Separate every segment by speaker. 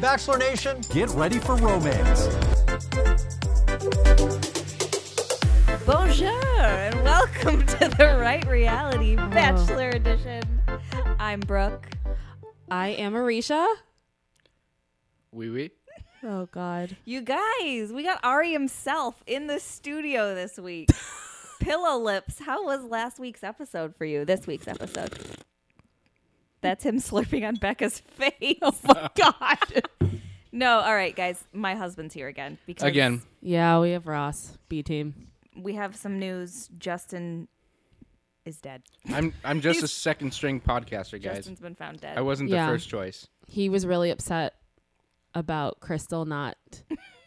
Speaker 1: Bachelor Nation,
Speaker 2: Get ready for romance.
Speaker 3: Bonjour and welcome to the Right Reality
Speaker 4: Oh.
Speaker 3: Bachelor Edition. I'm Brooke.
Speaker 5: I am Arisha.
Speaker 4: Wee wee.
Speaker 5: Oh God.
Speaker 3: You guys, we got Ari himself in the studio this week. Pillow Lips, how was last week's episode for you? This week's episode. That's him slurping on Becca's face. Oh my god. no, all right, guys. My husband's here again because
Speaker 4: Again,
Speaker 5: Yeah, we have Ross B team.
Speaker 3: we have some news. Justin is dead.
Speaker 4: I'm I'm just a second string podcaster, guys.
Speaker 3: Justin's been found dead.
Speaker 4: I wasn't
Speaker 5: Yeah.
Speaker 4: the first choice.
Speaker 5: He was really upset about Crystal not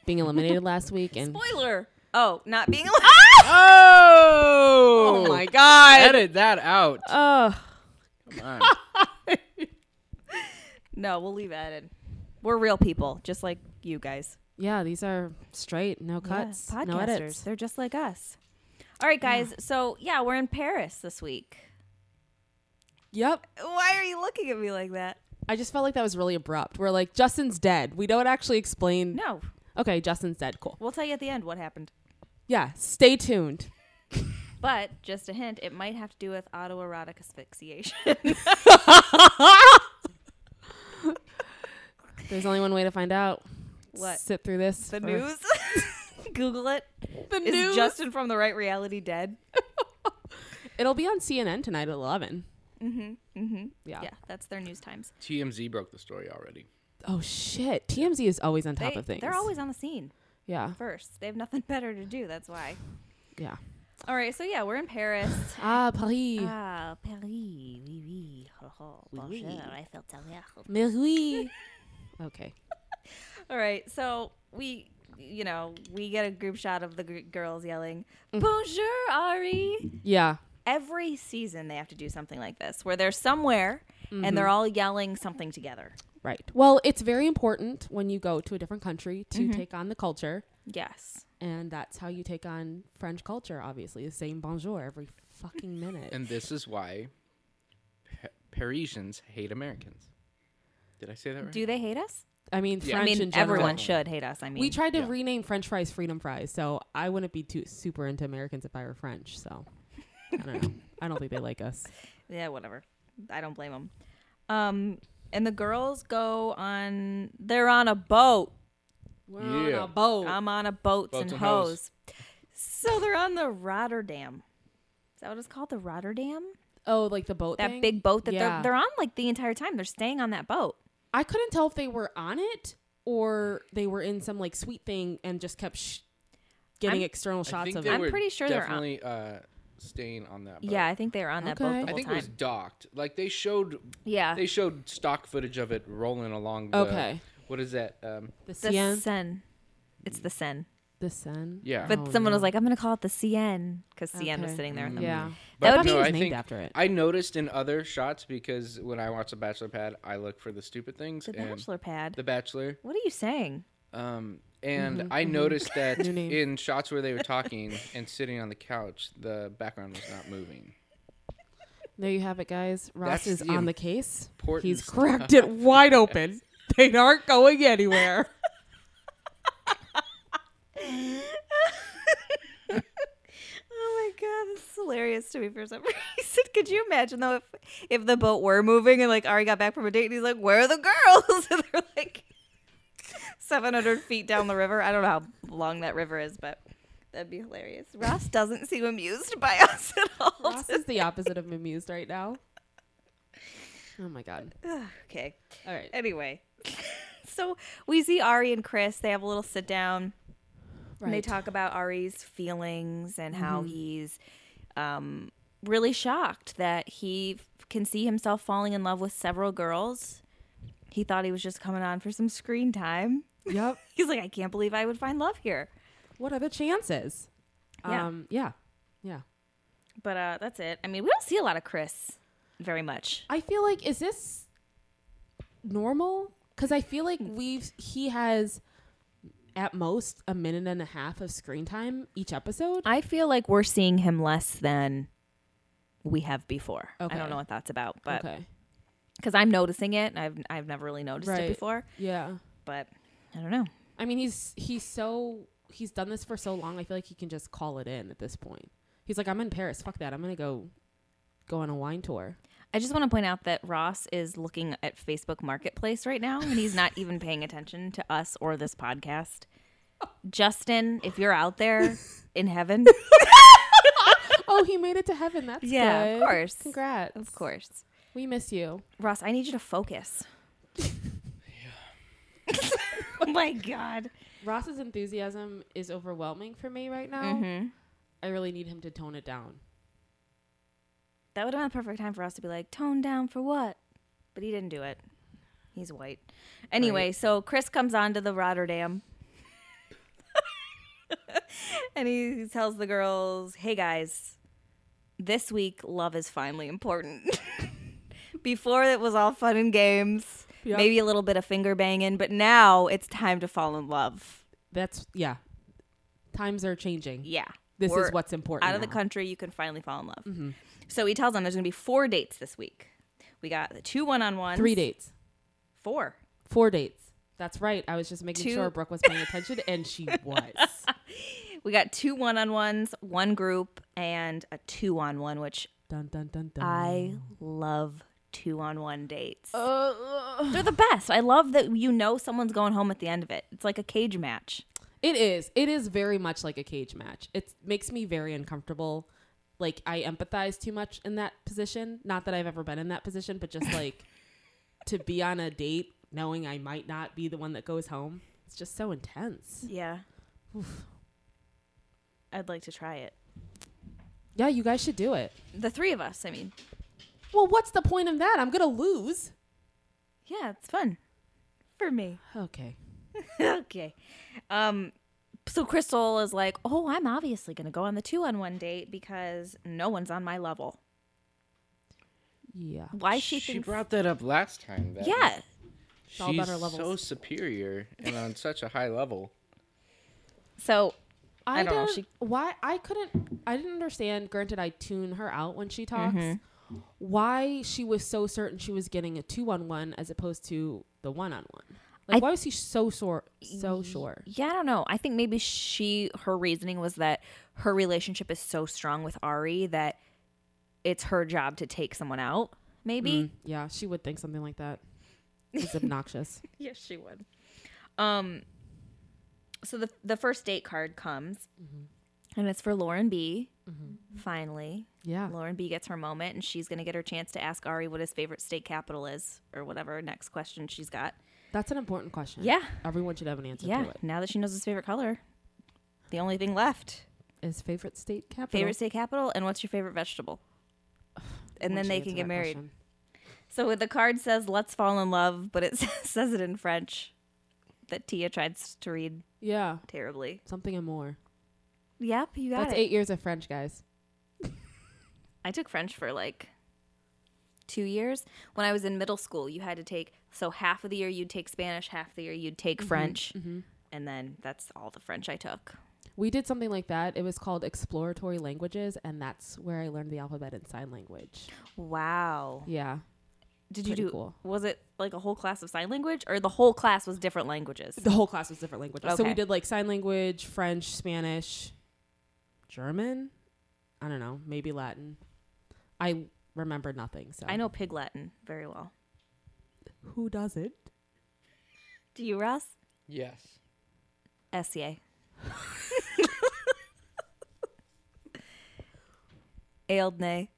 Speaker 5: being eliminated last week, and
Speaker 3: Spoiler. Oh, not being alive.
Speaker 4: Oh!
Speaker 5: God.
Speaker 4: Edit that out.
Speaker 5: Oh,
Speaker 4: Come on.
Speaker 3: No, we'll leave that in. We're real people, just like you guys.
Speaker 5: yeah. These are straight, no cuts, no edits.
Speaker 3: They're just like us. All right, guys. So, yeah, we're in Paris this week.
Speaker 5: Yep.
Speaker 3: Why are you looking at me like that?
Speaker 5: I just felt like that was really abrupt. We're like, Justin's dead. We don't actually explain.
Speaker 3: No.
Speaker 5: Okay, Justin's dead. Cool.
Speaker 3: We'll tell you at the end what happened.
Speaker 5: Yeah. Stay tuned.
Speaker 3: But just a hint, it might have to do with autoerotic asphyxiation.
Speaker 5: There's only one way to find out.
Speaker 3: What?
Speaker 5: Sit through this.
Speaker 3: the
Speaker 5: or-
Speaker 3: news? Google it.
Speaker 5: The
Speaker 3: Is
Speaker 5: news.
Speaker 3: Justin from the right reality dead?
Speaker 5: It'll be on CNN tonight at 11. Mm-hmm. Mm-hmm. Yeah.
Speaker 3: Yeah, that's their news times.
Speaker 4: TMZ broke the story already.
Speaker 5: Oh shit. TMZ is always on top
Speaker 3: They,
Speaker 5: of things.
Speaker 3: they're always on the scene
Speaker 5: Yeah.
Speaker 3: first. They have nothing better to do. That's why.
Speaker 5: Yeah.
Speaker 3: All right, so yeah, we're in Paris. Um,
Speaker 5: Ah, Paris.
Speaker 3: Ah, Paris, oui, oui. Oh, oh, bonjour, I felt alert.
Speaker 5: Mais oui. okay.
Speaker 3: All right, so we, you know, we get a group shot of the gr- girls yelling, Bonjour, Ari.
Speaker 5: Yeah.
Speaker 3: Every season they have to do something like this where they're somewhere and they're all yelling something together.
Speaker 5: Right. Well, it's very important when you go to a different country to
Speaker 3: Mm-hmm.
Speaker 5: take on the culture,
Speaker 3: Yes.
Speaker 5: and that's how you take on French culture. Obviously, the same bonjour every fucking minute.
Speaker 4: And this is why pa- Parisians hate Americans. Did I say that right?
Speaker 3: Do they hate us?
Speaker 5: I mean,
Speaker 4: Yeah. I
Speaker 5: French
Speaker 3: I mean,
Speaker 5: in general.
Speaker 3: everyone should hate us. I mean,
Speaker 5: We tried to rename French fries freedom fries, so I wouldn't be too super into Americans if I were French. So I don't know. I don't think they like us.
Speaker 3: yeah, whatever. I don't blame them. Um, and the girls go on, they're on a boat.
Speaker 5: We're on
Speaker 4: Yeah.
Speaker 5: a boat.
Speaker 3: I'm on a boats,
Speaker 4: Boats
Speaker 3: and,
Speaker 4: and
Speaker 3: hoes.
Speaker 4: hoes.
Speaker 3: So they're on the Rotterdam. Is that what it's called? The Rotterdam?
Speaker 5: oh, like the boat.
Speaker 3: That
Speaker 5: thing?
Speaker 3: big boat that
Speaker 5: Yeah.
Speaker 3: they're they're on like the entire time. They're staying on that boat.
Speaker 5: I couldn't tell if they were on it or they were in some like sweet thing and just kept sh- getting
Speaker 3: I'm-
Speaker 5: external
Speaker 4: I
Speaker 5: shots
Speaker 4: think
Speaker 5: of
Speaker 4: they
Speaker 5: it.
Speaker 3: I'm
Speaker 4: were
Speaker 3: pretty sure they're on-
Speaker 4: definitely uh, staying on that. boat.
Speaker 3: Yeah, I think they were on that boat
Speaker 5: Okay.
Speaker 3: the
Speaker 4: I
Speaker 3: whole
Speaker 4: think
Speaker 3: time.
Speaker 4: it was docked. Like they showed.
Speaker 3: Yeah.
Speaker 4: They showed stock footage of it rolling along. The,
Speaker 5: Okay.
Speaker 4: What is that? Um,
Speaker 5: The
Speaker 3: the
Speaker 5: CN,
Speaker 3: Sen. It's the Sen.
Speaker 5: the Sen.
Speaker 4: yeah.
Speaker 3: But
Speaker 5: Oh,
Speaker 3: someone
Speaker 5: no.
Speaker 3: was like, I'm going to call it the CN because CN was
Speaker 5: Okay.
Speaker 3: sitting there with them.
Speaker 5: Yeah.
Speaker 3: That
Speaker 5: would be-
Speaker 4: no,
Speaker 5: was
Speaker 4: I
Speaker 5: named
Speaker 4: think
Speaker 5: after it.
Speaker 4: I noticed in other shots because when I watch the Bachelor pad, I look for the stupid things.
Speaker 3: The
Speaker 4: and
Speaker 3: bachelor pad.
Speaker 4: Mm-hmm. The Bachelor.
Speaker 3: what are you saying?
Speaker 4: Um, and I noticed that
Speaker 5: Mm-hmm, New name.
Speaker 4: in shots where they were talking and sitting on the couch, the background was not moving.
Speaker 5: There you have it, guys. Ross
Speaker 4: That's
Speaker 5: is
Speaker 4: the
Speaker 5: on the case.
Speaker 4: important
Speaker 5: He's
Speaker 4: stuff.
Speaker 5: cracked it wide open. They aren't going anywhere.
Speaker 3: Oh my god, this is hilarious to me for some reason. Could you imagine though if if the boat were moving and like Ari got back from a date and he's like, Where are the girls? And they're like seven hundred feet down the river. I don't know how long that river is, but that'd be hilarious. Ross doesn't seem amused by us at all.
Speaker 5: Ross is the opposite of amused right now. Oh my god.
Speaker 3: okay.
Speaker 5: All right.
Speaker 3: Anyway. so we see Ari and Chris, they have a little sit down. And they
Speaker 5: Right.
Speaker 3: talk about Ari's feelings and how he's um, really shocked that he f- can see himself falling in love with several girls. He thought he was just coming on for some screen time.
Speaker 5: Yep.
Speaker 3: He's like, I can't believe I would find love here.
Speaker 5: What are the chances?
Speaker 3: Yeah.
Speaker 5: Um, yeah. Yeah.
Speaker 3: But uh, that's it. I mean, we don't see a lot of Chris very much.
Speaker 5: I feel like is this normal? Because I feel like
Speaker 3: Hmm.
Speaker 5: we've he has at most a minute and a half of screen time each episode.
Speaker 3: I feel like we're seeing him less than we have before. I don't
Speaker 5: Okay.
Speaker 3: know what that's about, but
Speaker 5: okay,
Speaker 3: because I'm noticing it, and I've I've never really noticed it
Speaker 5: Right.
Speaker 3: before.
Speaker 5: yeah,
Speaker 3: But I don't know.
Speaker 5: I mean, he's he's so he's done this for so long. I feel like he can just call it in at this point. He's like, I'm in Paris. Fuck that. I'm gonna go go on a wine tour.
Speaker 3: I just want to point out that Ross is looking at Facebook Marketplace right now, and he's not even paying attention to us or this podcast. Justin, if you're out there in heaven,
Speaker 5: Oh, he made it to heaven. That's
Speaker 3: Yeah, of
Speaker 5: good.
Speaker 3: course.
Speaker 5: Congrats.
Speaker 3: of course.
Speaker 5: We miss you.
Speaker 3: Ross, I need you to focus. oh my God.
Speaker 5: Ross's enthusiasm is overwhelming for me right now.
Speaker 3: Mm-hmm.
Speaker 5: I really need him to tone it down.
Speaker 3: That would have been the perfect time for us to be like, tone down for what? But he didn't do it. He's white. Anyway, so Chris comes on to the Rotterdam. and he tells the girls, hey guys, this week love is finally important. Before it was all fun and games,
Speaker 5: Yep.
Speaker 3: maybe a little bit of finger banging, but now it's time to fall in love.
Speaker 5: That's yeah. Times are changing.
Speaker 3: Yeah.
Speaker 5: This
Speaker 3: We're
Speaker 5: is what's important.
Speaker 3: Out of the
Speaker 5: now. Mm-hmm.
Speaker 3: country, you can finally fall in love. So he tells them there's going to be four dates this week. We got the two one on ones.
Speaker 5: Three dates.
Speaker 3: Four.
Speaker 5: Four dates. That's right. I was just making
Speaker 3: Two-
Speaker 5: sure Brooke was paying attention, and she was.
Speaker 3: We got two one on ones, one group, and a two on one, which
Speaker 5: dun dun dun dun.
Speaker 3: I love two on one dates.
Speaker 5: Uh,
Speaker 3: They're the best. I love that you know someone's going home at the end of it. It's like a cage match.
Speaker 5: It is. It is very much like a cage match. It makes me very uncomfortable. Like I empathize too much in that position. Not that I've ever been in that position, but just like to be on a date knowing I might not be the one that goes home. It's just so intense.
Speaker 3: Yeah. I'd like to try it.
Speaker 5: Yeah, you guys should do it.
Speaker 3: The three of us, I mean.
Speaker 5: Well, what's the point of that? I'm gonna lose.
Speaker 3: Yeah, it's fun. For me.
Speaker 5: Okay.
Speaker 3: okay. Um so Crystal is like, "Oh, I'm obviously going to go on the 2 on 1 date because no one's on my level."
Speaker 5: Yeah.
Speaker 3: Why she,
Speaker 4: she
Speaker 3: thinks
Speaker 4: brought that up last time. That
Speaker 3: Yeah.
Speaker 4: she's
Speaker 5: all about her
Speaker 4: so
Speaker 5: levels.
Speaker 4: superior and on such a high level.
Speaker 3: So,
Speaker 5: I,
Speaker 3: don't know,
Speaker 5: don't.
Speaker 3: she-
Speaker 5: why I couldn't. I didn't understand. Granted, I tune her out when she talks.
Speaker 3: Mm-hmm.
Speaker 5: Why she was so certain she was getting a two on one as opposed to the one on one. Like,
Speaker 3: I-
Speaker 5: why was he so sore? So sure.
Speaker 3: yeah, I don't know. I think maybe she her reasoning was that her relationship is so strong with Ari that it's her job to take someone out, maybe.
Speaker 4: Mm-hmm.
Speaker 5: Yeah, she would think something like that. It's obnoxious.
Speaker 3: Yes, she would. Um so the the first date card comes
Speaker 4: Mm-hmm.
Speaker 3: and it's for Lauren B. Finally,
Speaker 5: Yeah.
Speaker 3: Lauren B gets her moment and she's going to get her chance to ask Ari what his favorite state capital is or whatever next question she's got.
Speaker 5: That's an important question.
Speaker 3: Yeah.
Speaker 5: Everyone should have an answer
Speaker 3: yeah,
Speaker 5: to it.
Speaker 3: now that she knows his favorite color, the only thing left
Speaker 5: Is favorite state capital?
Speaker 3: favorite state capital and what's your favorite vegetable? And
Speaker 5: Why
Speaker 3: then
Speaker 5: don't
Speaker 3: they
Speaker 5: you
Speaker 3: can
Speaker 5: answer
Speaker 3: get
Speaker 5: that
Speaker 3: married.
Speaker 5: question?
Speaker 3: So the card says, let's fall in love, but it says it in French that Tia tried s- to read
Speaker 5: Yeah.
Speaker 3: terribly.
Speaker 5: Something and more.
Speaker 3: Yep, you got
Speaker 5: That's
Speaker 3: it.
Speaker 5: eight years of French, guys.
Speaker 3: I took French for like two years. When I was in middle school, you had to take so half of the year you'd take Spanish, half the year you'd take French, and then that's all the French I took.
Speaker 5: We did something like that. It was called exploratory languages, and that's where I learned the alphabet in sign language.
Speaker 3: Wow,
Speaker 5: Yeah,
Speaker 3: did you
Speaker 5: Pretty
Speaker 3: do?
Speaker 5: cool.
Speaker 3: Was it like a whole class of sign language, or the whole class was different languages?
Speaker 5: the whole class was different languages. So we
Speaker 3: Okay.
Speaker 5: did like sign language, French, Spanish, German. I don't know, maybe Latin. I remember nothing. So
Speaker 3: I know Pig Latin very well.
Speaker 5: who does it.
Speaker 3: Do you, Ross?
Speaker 4: Yes.
Speaker 3: SCA. Ailed nay.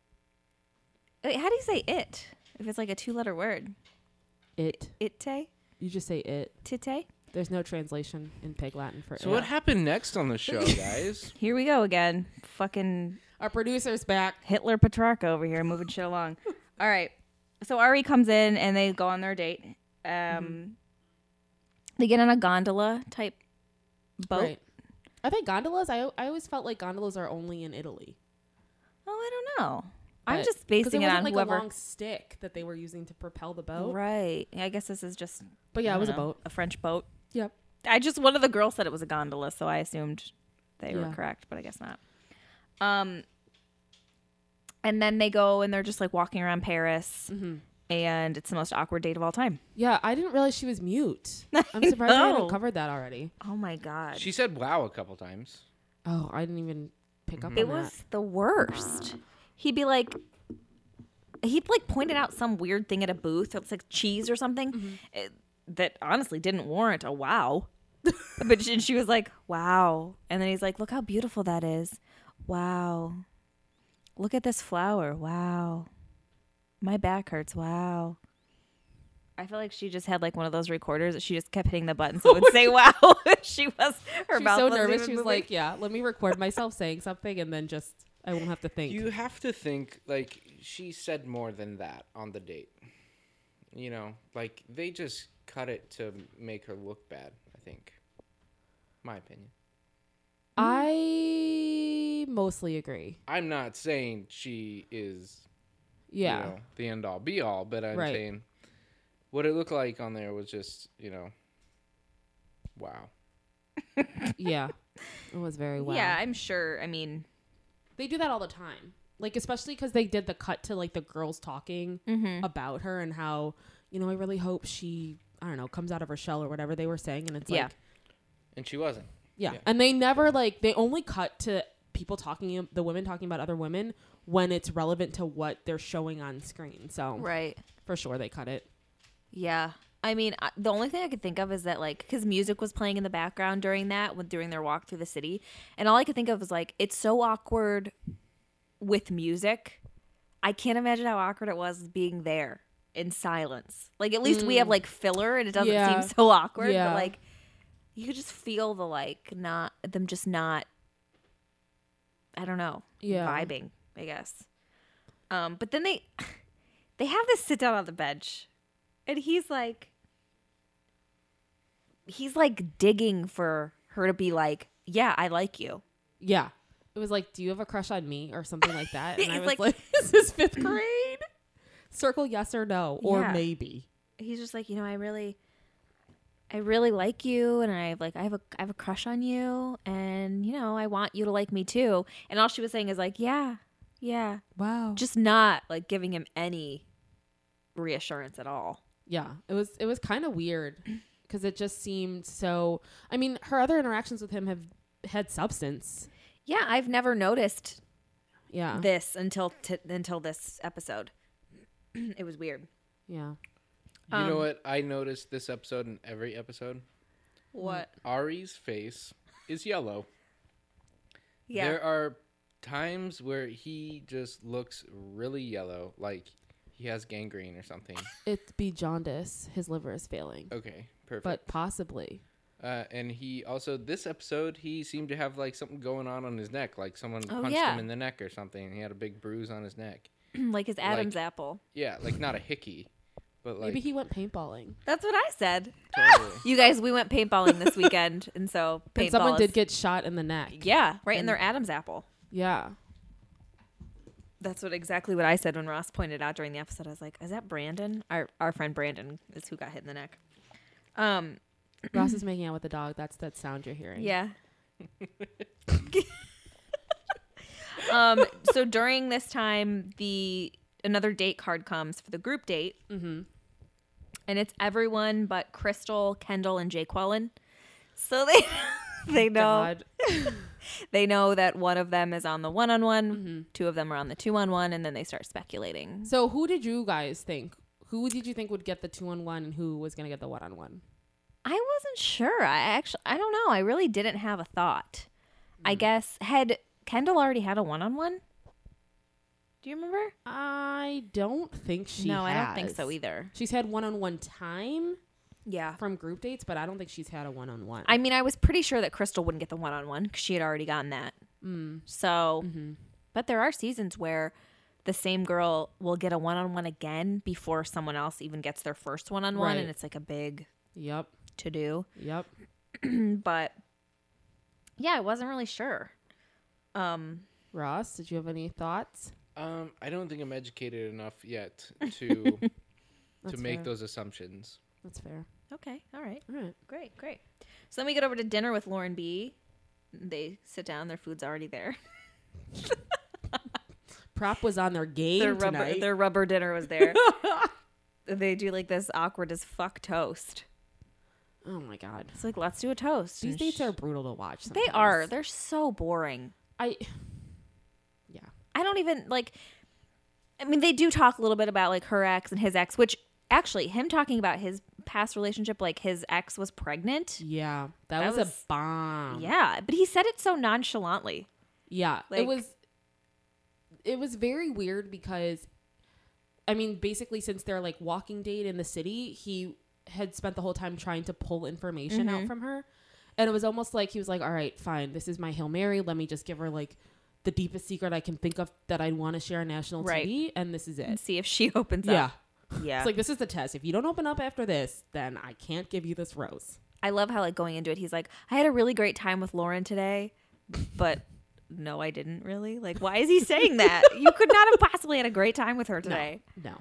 Speaker 3: Wait, how do you say it? If it's like a two-letter word,
Speaker 5: It.
Speaker 3: itte,
Speaker 5: You just say it.
Speaker 3: titte.
Speaker 5: There's no translation in Pig Latin for
Speaker 4: So
Speaker 5: it.
Speaker 4: what happened next on the show, guys?
Speaker 3: Here we go again. Fucking
Speaker 5: Our producer's back.
Speaker 3: Hitler Petrarca over here moving shit along. All right. So Ari comes in and they go on their date. Um,
Speaker 5: Mm-hmm.
Speaker 3: They get on a gondola type boat.
Speaker 5: Right. I think gondolas. I I always felt like gondolas are only in Italy.
Speaker 3: Oh, I don't know. I'm
Speaker 5: But-
Speaker 3: just
Speaker 5: 'cause
Speaker 3: basing
Speaker 5: it
Speaker 3: it,
Speaker 5: wasn't
Speaker 3: on
Speaker 5: like
Speaker 3: whoever.
Speaker 5: a long stick that they were using to propel the boat.
Speaker 3: Right. Yeah, I guess this is just.
Speaker 5: But yeah,
Speaker 3: I
Speaker 5: it was
Speaker 3: don't
Speaker 5: a
Speaker 3: know,
Speaker 5: boat.
Speaker 3: A French boat.
Speaker 5: Yep.
Speaker 3: I just one of the girls said it was a gondola, so I assumed they were
Speaker 5: Yeah.
Speaker 3: correct, but I guess not. Um, and then they go and they're just like walking around Paris, and it's the most awkward date of all time.
Speaker 5: Yeah, I didn't realize she was mute. I'm surprised I
Speaker 3: know.
Speaker 5: haven't covered that already.
Speaker 3: Oh my god.
Speaker 4: She said "wow" a couple times.
Speaker 5: Oh, I didn't even pick up
Speaker 3: It
Speaker 5: on that.
Speaker 3: was the worst. He'd be like, he'd like pointed out some weird thing at a booth. It's like cheese or something
Speaker 5: Mm-hmm.
Speaker 3: eh, that honestly didn't warrant a wow. but she, she was like, wow. And then he's like, look how beautiful that is. Wow. Look at this flower. Wow. My back hurts. Wow. I feel like she just had like one of those recorders that she just kept hitting the button so it would say wow. she was her
Speaker 5: She was
Speaker 3: mouth
Speaker 5: so
Speaker 3: wasn't
Speaker 5: nervous.
Speaker 3: even
Speaker 5: She
Speaker 3: moving.
Speaker 5: was like, "Yeah, let me record myself saying something, and then just I won't have to think."
Speaker 4: You have to think like she said more than that on the date. You know, like they just cut it to make her look bad. I think, my opinion.
Speaker 5: I mostly agree.
Speaker 4: I'm not saying she is
Speaker 5: Yeah,
Speaker 4: you know, the end all be all, but I'm
Speaker 5: Right.
Speaker 4: saying what it looked like on there was just you know, wow.
Speaker 5: yeah, it was very well.
Speaker 3: yeah, I'm sure. I mean,
Speaker 5: they do that all the time. Like especially because they did the cut to like the girls talking
Speaker 3: Mm-hmm.
Speaker 5: about her and how you know I really hope she I don't know comes out of her shell or whatever they were saying, and it's
Speaker 3: Yeah.
Speaker 5: like
Speaker 4: And she wasn't.
Speaker 5: Yeah. And they never like they only cut to people talking um, the women talking about other women when it's relevant to what they're showing on screen. So
Speaker 3: right.
Speaker 5: for sure they cut it.
Speaker 3: Yeah. I mean, I- the only thing I could think of is that like because music was playing in the background during that when during their walk through the city, and all I could think of was like it's so awkward with music. I can't imagine how awkward it was being there in silence. Like at least we have like filler and it doesn't
Speaker 5: Mm. Yeah.
Speaker 3: seem so awkward.
Speaker 5: Yeah.
Speaker 3: But like you could just feel the like not them just not. I don't know.
Speaker 5: Yeah.
Speaker 3: Vibing, I guess. Um, but then they they have this sit down on the bench and he's like he's like digging for her to be like yeah i like you
Speaker 5: Yeah. It was like, do you have a crush on me or something like that? And I
Speaker 3: He's
Speaker 5: was
Speaker 3: like-
Speaker 5: like, this is fifth grade. Circle yes or no or
Speaker 3: Yeah.
Speaker 5: maybe.
Speaker 3: he's just like you know i really i really like you and i have like i have a i have a crush on you and you know i want you to like me too and all she was saying is like yeah yeah
Speaker 5: Wow.
Speaker 3: just not like giving him any reassurance at all
Speaker 5: Yeah, it was it was kind of weird because it just seemed so. I mean, her other interactions with him have had substance.
Speaker 3: yeah i've never noticed
Speaker 5: Yeah,
Speaker 3: this until t- until this episode it was weird
Speaker 5: yeah.
Speaker 4: You
Speaker 5: Um,
Speaker 4: know what I noticed this episode and every episode?
Speaker 3: what
Speaker 4: Ari's face is yellow.
Speaker 3: yeah
Speaker 4: There are times where he just looks really yellow, like he has gangrene or something.
Speaker 5: It'd be jaundice. His liver is failing,
Speaker 4: Okay, perfect.
Speaker 5: but possibly.
Speaker 4: uh, and he also this episode he seemed to have like something going on on his neck, like someone
Speaker 3: Oh,
Speaker 4: punched
Speaker 3: yeah.
Speaker 4: him in the neck or something. And he had a big bruise on his neck.
Speaker 3: like his Adam's
Speaker 4: Like-
Speaker 3: apple.
Speaker 4: Yeah, like not a hickey, but like
Speaker 5: Maybe he went paintballing.
Speaker 3: That's what I said.
Speaker 4: totally.
Speaker 3: You guys, we went paintballing this weekend, and so paintball.
Speaker 5: And someone
Speaker 3: is-
Speaker 5: did get shot in the neck.
Speaker 3: yeah, right in their Adam's apple.
Speaker 5: Yeah.
Speaker 3: That's what exactly what I said when Ross pointed out during the episode. I was like, "Is that Brandon? Our our friend Brandon is who got hit in the neck." Um.
Speaker 5: Ross is making out with the dog. That's that sound you're hearing.
Speaker 3: Yeah. um. So during this time, the another date card comes for the group date. Mm-hmm. And it's everyone but Crystal, Kendall, and Jake Quellen. So they they know
Speaker 5: God.
Speaker 3: they know that one of them is on the one on one, two of them are on the two on one, and then they start speculating.
Speaker 5: So who did you guys think? Who did you think would get the two on one, and who was gonna get the one on one?
Speaker 3: I wasn't sure. I actually, I don't know. I really didn't have a thought.
Speaker 5: Hmm.
Speaker 3: I guess had Kendall already had a one on one? Do you remember?
Speaker 5: I don't think she.
Speaker 3: no, I don't think
Speaker 5: has.
Speaker 3: so either.
Speaker 5: She's had one on one time
Speaker 3: Yeah.
Speaker 5: from group dates, but I don't think she's had a one on one.
Speaker 3: I mean, I was pretty sure that Crystal wouldn't get the one on one because she had already gotten that.
Speaker 5: Hmm.
Speaker 3: Mm. So,
Speaker 5: Mm-hmm.
Speaker 3: but there are seasons where the same girl will get a one on one again before someone else even gets their first one on one,
Speaker 5: Right.
Speaker 3: and it's like a big
Speaker 5: Yep.
Speaker 3: to do.
Speaker 5: Yep.
Speaker 3: but yeah, I wasn't really sure. Um,
Speaker 5: Ross, did you have any thoughts?
Speaker 4: Um, I don't think I'm educated enough yet to to
Speaker 5: That's
Speaker 4: make
Speaker 5: fair.
Speaker 4: those assumptions.
Speaker 5: That's fair.
Speaker 3: okay, all right,
Speaker 5: All right.
Speaker 3: great, great. So then we get over to dinner with Lauren B. They sit down; their food's already there.
Speaker 5: Prop was on their game
Speaker 3: Their rubber,
Speaker 5: tonight.
Speaker 3: their rubber dinner was there. they do like this awkward as fuck toast.
Speaker 5: Oh my god.
Speaker 3: It's like let's do a toast.
Speaker 5: These
Speaker 3: And
Speaker 5: dates
Speaker 3: sh-
Speaker 5: are brutal to watch.
Speaker 3: they
Speaker 5: Sometimes.
Speaker 3: are. They're so boring.
Speaker 5: I. Yeah.
Speaker 3: I don't even like. I mean, they do talk a little bit about like her ex and his ex, which actually him talking about his past relationship, like his ex was pregnant.
Speaker 5: Yeah. That,
Speaker 3: That
Speaker 5: was,
Speaker 3: was-
Speaker 5: a bomb.
Speaker 3: Yeah, but he said it so nonchalantly.
Speaker 5: Yeah.
Speaker 3: Like-
Speaker 5: it was it was very weird because I mean, basically since their like walking date in the city, he had spent the whole time trying to pull information
Speaker 3: Mm-hmm.
Speaker 5: out from her. And it was almost like he was like, All right, fine, this is my Hail Mary. Let me just give her like the deepest secret I can think of that I want to share on national
Speaker 3: Right.
Speaker 5: TV and this is
Speaker 3: And
Speaker 5: it.
Speaker 3: see if she opens
Speaker 5: Yeah.
Speaker 3: up. Yeah,
Speaker 5: It's like this is the test. If you don't open up after this, then I can't give you this rose.
Speaker 3: I love how like going into it, he's like, I had a really great time with Lauren today, but no, I didn't really. Like, why is he saying that? you could not have possibly had a great time with her today.
Speaker 5: No.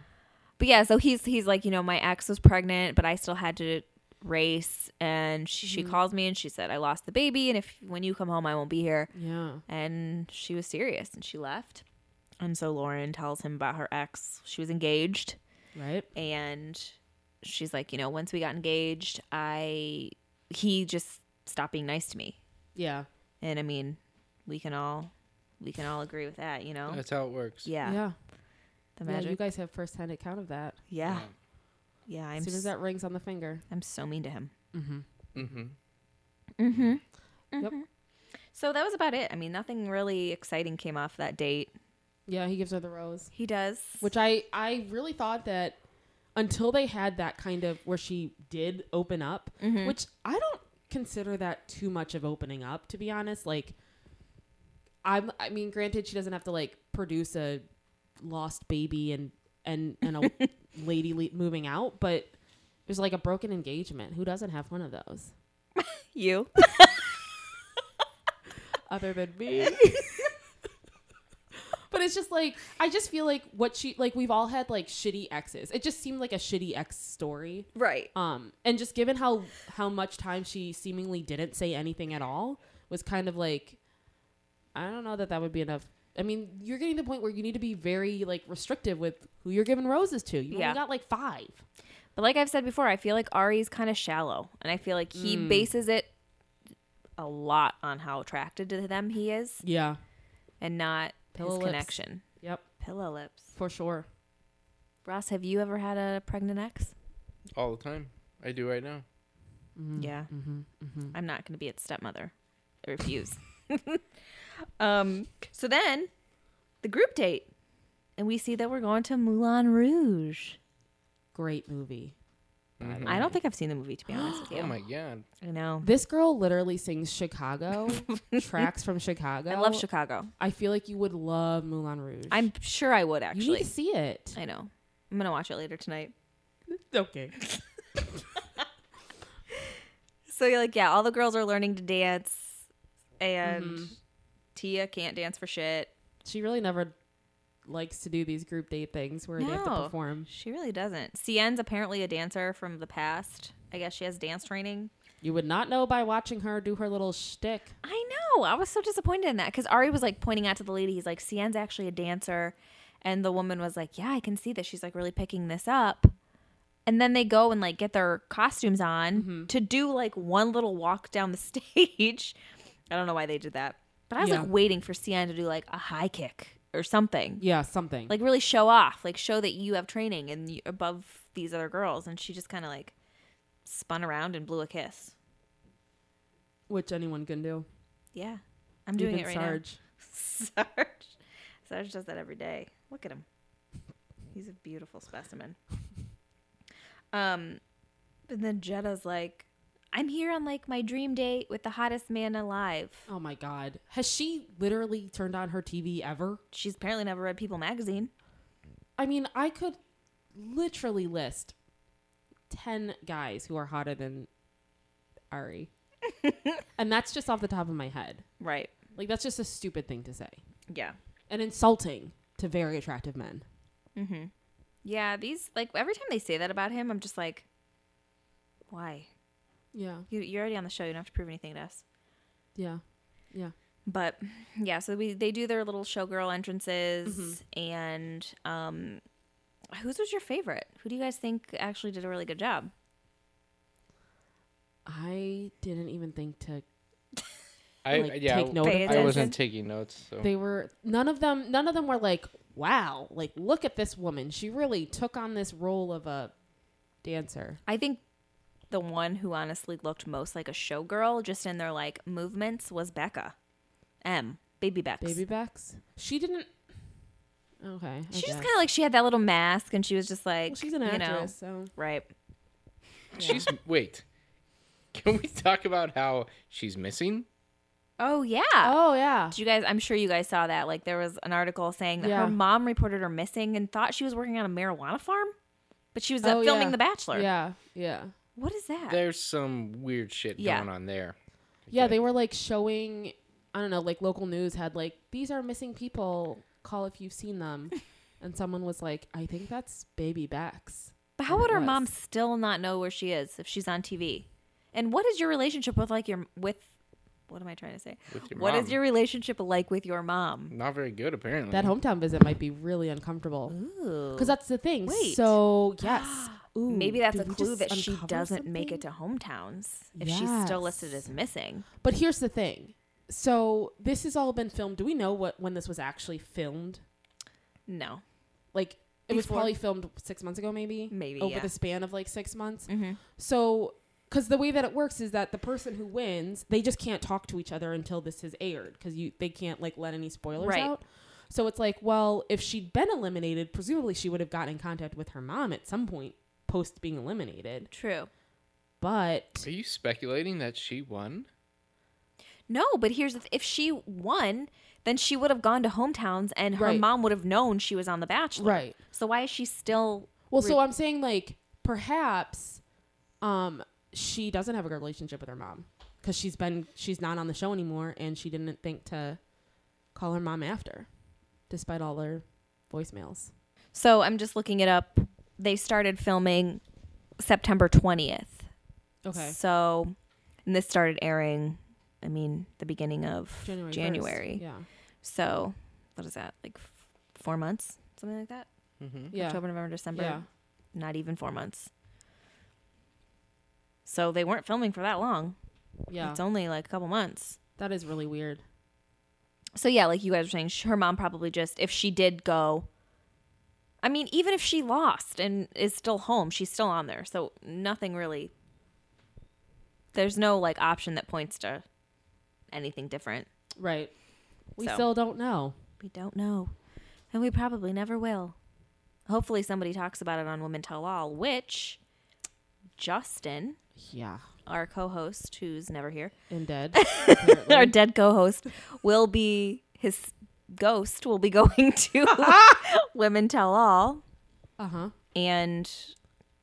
Speaker 3: But yeah, so he's he's like, you know, my ex was pregnant, but I still had to race, and she, she calls me and she said I lost the baby, and if when you come home, I won't be here.
Speaker 5: Yeah.
Speaker 3: And she was serious, and she left. And so Lauren tells him about her ex. She was engaged
Speaker 5: Right?
Speaker 3: and she's like, you know, once we got engaged, I he just stopped being nice to me.
Speaker 5: Yeah.
Speaker 3: And I mean, we can all we can all agree with that, you know.
Speaker 4: That's how it works.
Speaker 3: Yeah,
Speaker 5: Oh. Yeah.
Speaker 3: the
Speaker 5: Yeah, you
Speaker 3: magic.
Speaker 5: guys have first hand account of that.
Speaker 3: Yeah, yeah. I'm
Speaker 5: As soon as
Speaker 3: s-
Speaker 5: that rings on the finger.
Speaker 3: I'm so mean to him.
Speaker 4: Mm-hmm.
Speaker 5: Yep.
Speaker 3: So that was about it. I mean, nothing really exciting came off that date.
Speaker 5: Yeah, he gives her the rose.
Speaker 3: He does.
Speaker 5: Which I I really thought that until they had that kind of where she did open up, which I don't consider that too much of opening up to be honest. Like I'm I mean granted she doesn't have to like produce a lost baby and and and a lady le- moving out, but there's like a broken engagement. Who doesn't have one of those?
Speaker 3: You.
Speaker 5: other than me. but it's just like I just feel like what she like we've all had like shitty exes. It just seemed like a shitty ex story.
Speaker 3: Right.
Speaker 5: Um and just given how how much time she seemingly didn't say anything at all was kind of like I don't know that that would be enough. I mean, you're getting to the point where you need to be very like restrictive with who you're giving roses to. You
Speaker 3: Yeah.
Speaker 5: only got like 5.
Speaker 3: But like I've said before, I feel like Ari's kind of shallow, and I feel like he bases it a lot on how attracted to them he is,
Speaker 5: Yeah.
Speaker 3: and not
Speaker 5: Pillow
Speaker 3: his
Speaker 5: lips.
Speaker 3: connection.
Speaker 5: Yep,
Speaker 3: Pillow lips.
Speaker 5: for sure.
Speaker 3: Ross, have you ever had a pregnant ex?
Speaker 4: All the time. I do right now. Mm-hmm.
Speaker 3: Yeah. I'm not going to be its stepmother. I refuse. um, so then the group date, and we see that we're going to Moulin Rouge.
Speaker 5: Great movie.
Speaker 3: I don't think I've seen the movie, to be honest with you.
Speaker 4: Mm-hmm. Oh my god.
Speaker 3: I know.
Speaker 5: This girl literally sings Chicago, tracks from Chicago.
Speaker 3: I love Chicago.
Speaker 5: I feel like you would love Moulin Rouge.
Speaker 3: I'm sure I would,
Speaker 5: you need
Speaker 3: actually.
Speaker 5: to see it.
Speaker 3: I know. I'm going to watch it later tonight.
Speaker 5: Okay.
Speaker 3: So you're like, yeah, all the girls are learning to dance, and
Speaker 4: Mm-hmm.
Speaker 3: Tia can't dance for shit.
Speaker 5: She really never likes to do these group date things where they have to
Speaker 3: No.
Speaker 5: perform.
Speaker 3: She really doesn't. Cien's apparently a dancer from the past. I guess she has dance training.
Speaker 5: You would not know by watching her do her little shtick.
Speaker 3: I know. I was so disappointed in that because Ari was like pointing out to the lady, he's like, Cien's actually a dancer. And the woman was like, Yeah, I can see that she's like really picking this up. And then they go and like get their costumes on to do like one little walk down the stage. I don't know why they did that. But I was
Speaker 5: Yeah.
Speaker 3: like waiting for Cien to do like a high kick or something.
Speaker 5: Yeah, something.
Speaker 3: Like really show off, like show that you have training and you above these other girls. And she just kind of like spun around and blew a kiss.
Speaker 5: which anyone can do.
Speaker 3: Yeah. I'm doing
Speaker 5: Even
Speaker 3: it right now.
Speaker 5: Sarge.
Speaker 3: Sarge. Sarge does that every day. Look at him. He's a beautiful specimen. Um, but then Jeddah's like, I'm here on like my dream date with the hottest man alive.
Speaker 5: Oh my god. Has she literally turned on her TV ever?
Speaker 3: She's apparently never read People magazine.
Speaker 5: I mean, I could literally list 10 guys who are hotter than Ari. and that's just off the top of my head.
Speaker 3: Right.
Speaker 5: Like, that's just a stupid thing to say
Speaker 3: Yeah.
Speaker 5: and insulting to very attractive men. Mm-hmm.
Speaker 3: Yeah. These, like, every time they say that about him, I'm just like, why?
Speaker 5: Yeah.
Speaker 3: You, you're already on the show. You don't have to prove anything to us.
Speaker 5: Yeah. Yeah.
Speaker 3: but
Speaker 5: Mm-hmm.
Speaker 3: yeah so we they do their little showgirl entrances and um whose was your favorite? Who do you guys think actually did a really good job?
Speaker 5: I didn't even think to.
Speaker 4: I
Speaker 5: Like,
Speaker 4: yeah,
Speaker 5: take note
Speaker 4: I,
Speaker 5: of
Speaker 3: Pay
Speaker 4: I
Speaker 3: attention.
Speaker 4: wasn't taking notes. So
Speaker 5: They were none of them. None of them were like, "Wow, like look at this woman. She really took on this role of a dancer."
Speaker 3: I think the one who honestly looked most like a showgirl, just in their like movements, was Becca, M, baby Bex.
Speaker 5: Baby Bex. She didn't. Okay. I
Speaker 3: she
Speaker 5: guess.
Speaker 3: just kind of like she had that little mask, and she was just like,
Speaker 5: Well, she's an
Speaker 3: you know,
Speaker 5: actress, so
Speaker 3: right?
Speaker 4: she's wait. Can we talk about how she's missing?
Speaker 3: Oh yeah.
Speaker 5: Oh yeah.
Speaker 3: Did you guys? I'm sure you guys saw that. Like there was an article saying that
Speaker 5: Yeah.
Speaker 3: her mom reported her missing and thought she was working on a marijuana farm, but she was uh,
Speaker 5: Oh,
Speaker 3: filming
Speaker 5: yeah.
Speaker 3: The Bachelor.
Speaker 5: Yeah, yeah,
Speaker 3: What is that?
Speaker 4: There's some weird shit
Speaker 3: Yeah.
Speaker 4: going on there.
Speaker 5: yeah. They were like showing. I don't know. Like local news had like these are missing people. Call if you've seen them. And someone was like, "I think that's Baby Bex."
Speaker 3: But how
Speaker 5: And
Speaker 3: would
Speaker 5: it
Speaker 3: her mom
Speaker 5: was.
Speaker 3: still not know where she is if she's on TV? And what is your relationship with like your with what am I trying to say? What is
Speaker 4: With your mom.
Speaker 3: your relationship like with your mom?
Speaker 4: Not very good apparently.
Speaker 5: That hometown visit might be really uncomfortable.
Speaker 3: Ooh.
Speaker 5: Because that's the thing.
Speaker 3: Wait.
Speaker 5: So yes, Ooh,
Speaker 3: Maybe that's
Speaker 5: did
Speaker 3: a
Speaker 5: we
Speaker 3: clue
Speaker 5: just
Speaker 3: that she
Speaker 5: uncover
Speaker 3: doesn't make
Speaker 5: something?
Speaker 3: it to hometowns if she's still listed
Speaker 5: Yes.
Speaker 3: as missing.
Speaker 5: But here's the thing. So this has all been filmed. Do we know what when this was actually filmed?
Speaker 3: No.
Speaker 5: Like it was
Speaker 3: Before.
Speaker 5: probably filmed six months ago, maybe.
Speaker 3: Maybe,
Speaker 5: over
Speaker 3: yeah. Mm-hmm.
Speaker 5: the span of like six months. So, because the way that it works is that the person who wins, they just can't talk to each other until this is aired because you they can't like let any spoilers
Speaker 3: Right.
Speaker 5: out. So it's like, well, if she'd been eliminated, presumably she would have gotten in contact with her mom at some point post being eliminated.
Speaker 3: True.
Speaker 5: But
Speaker 4: Are you speculating that she won?
Speaker 3: No, but here's the th- if she won, then she would have gone to hometowns and her
Speaker 5: Right.
Speaker 3: mom would have known she was on The Bachelor.
Speaker 5: Right.
Speaker 3: So why is she still
Speaker 5: Well, so I'm saying like perhaps um she doesn't have a good relationship with her mom cuz she's been she's not on the show anymore and she didn't think to call her mom after despite all her voicemails.
Speaker 3: So I'm just looking it up. They started filming September 20th. So, and this started airing, I mean, the beginning of January.
Speaker 5: 1st. Yeah.
Speaker 3: So, what is that? Like f- four months? Something like that?
Speaker 4: Mm-hmm.
Speaker 5: Yeah.
Speaker 3: October, November, December?
Speaker 5: Yeah.
Speaker 3: Not even four months. So they weren't filming for that long.
Speaker 5: Yeah.
Speaker 3: It's only like a couple months.
Speaker 5: That is really weird.
Speaker 3: So yeah, like you guys were saying, sh- her mom probably just if she did go. I mean, even if she lost and is still home, she's still on there. So nothing really. There's no like option that points to anything different.
Speaker 5: Right. We
Speaker 3: So.
Speaker 5: still don't know.
Speaker 3: We don't know, and we probably never will. Hopefully, somebody talks about it on Women Tell All, which Justin,
Speaker 5: Yeah.
Speaker 3: our co-host, who's never here,
Speaker 5: And dead.
Speaker 3: our dead co-host will be his ghost will be going to women tell all
Speaker 5: uh-huh.
Speaker 3: and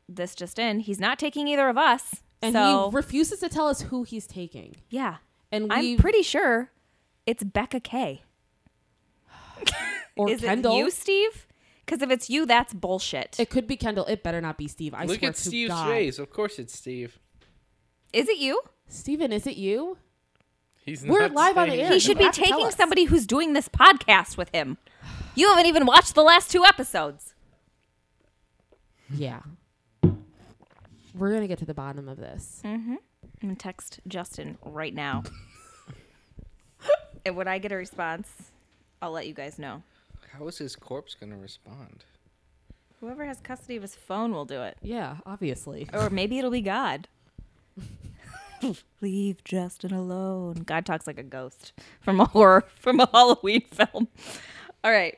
Speaker 3: this just in he's not taking either of us
Speaker 5: And
Speaker 3: so
Speaker 5: he refuses to tell us who he's taking.
Speaker 3: yeah
Speaker 5: And
Speaker 3: i'm
Speaker 5: we
Speaker 3: pretty sure it's becca k
Speaker 5: or
Speaker 3: is
Speaker 5: Kendall.
Speaker 3: it you steve because if it's you that's bullshit
Speaker 5: It could be Kendall. It better not be Steve. I
Speaker 4: Look
Speaker 5: swear
Speaker 4: at
Speaker 5: to
Speaker 4: Steve's
Speaker 5: God.
Speaker 4: face. Of course it's Steve.
Speaker 3: is it you
Speaker 5: Steven, is it you?
Speaker 4: He's
Speaker 5: We're
Speaker 4: not
Speaker 5: live on the
Speaker 4: saying-
Speaker 5: air.
Speaker 3: he
Speaker 5: You
Speaker 3: should be
Speaker 5: have to tell
Speaker 3: taking
Speaker 5: us.
Speaker 3: somebody who's doing this podcast with him you haven't even watched the last two episodes
Speaker 5: Yeah. We're gonna get to the bottom of this.
Speaker 3: Mm-hmm. I'm gonna text Justin right now. and when I get a response, I'll let you guys know.
Speaker 4: How is his corpse gonna respond?
Speaker 3: Whoever has custody of his phone will do it.
Speaker 5: Yeah, obviously.
Speaker 3: Or maybe it'll be God. Leave Justin alone. God talks like a ghost from a horror from a Halloween film. All right.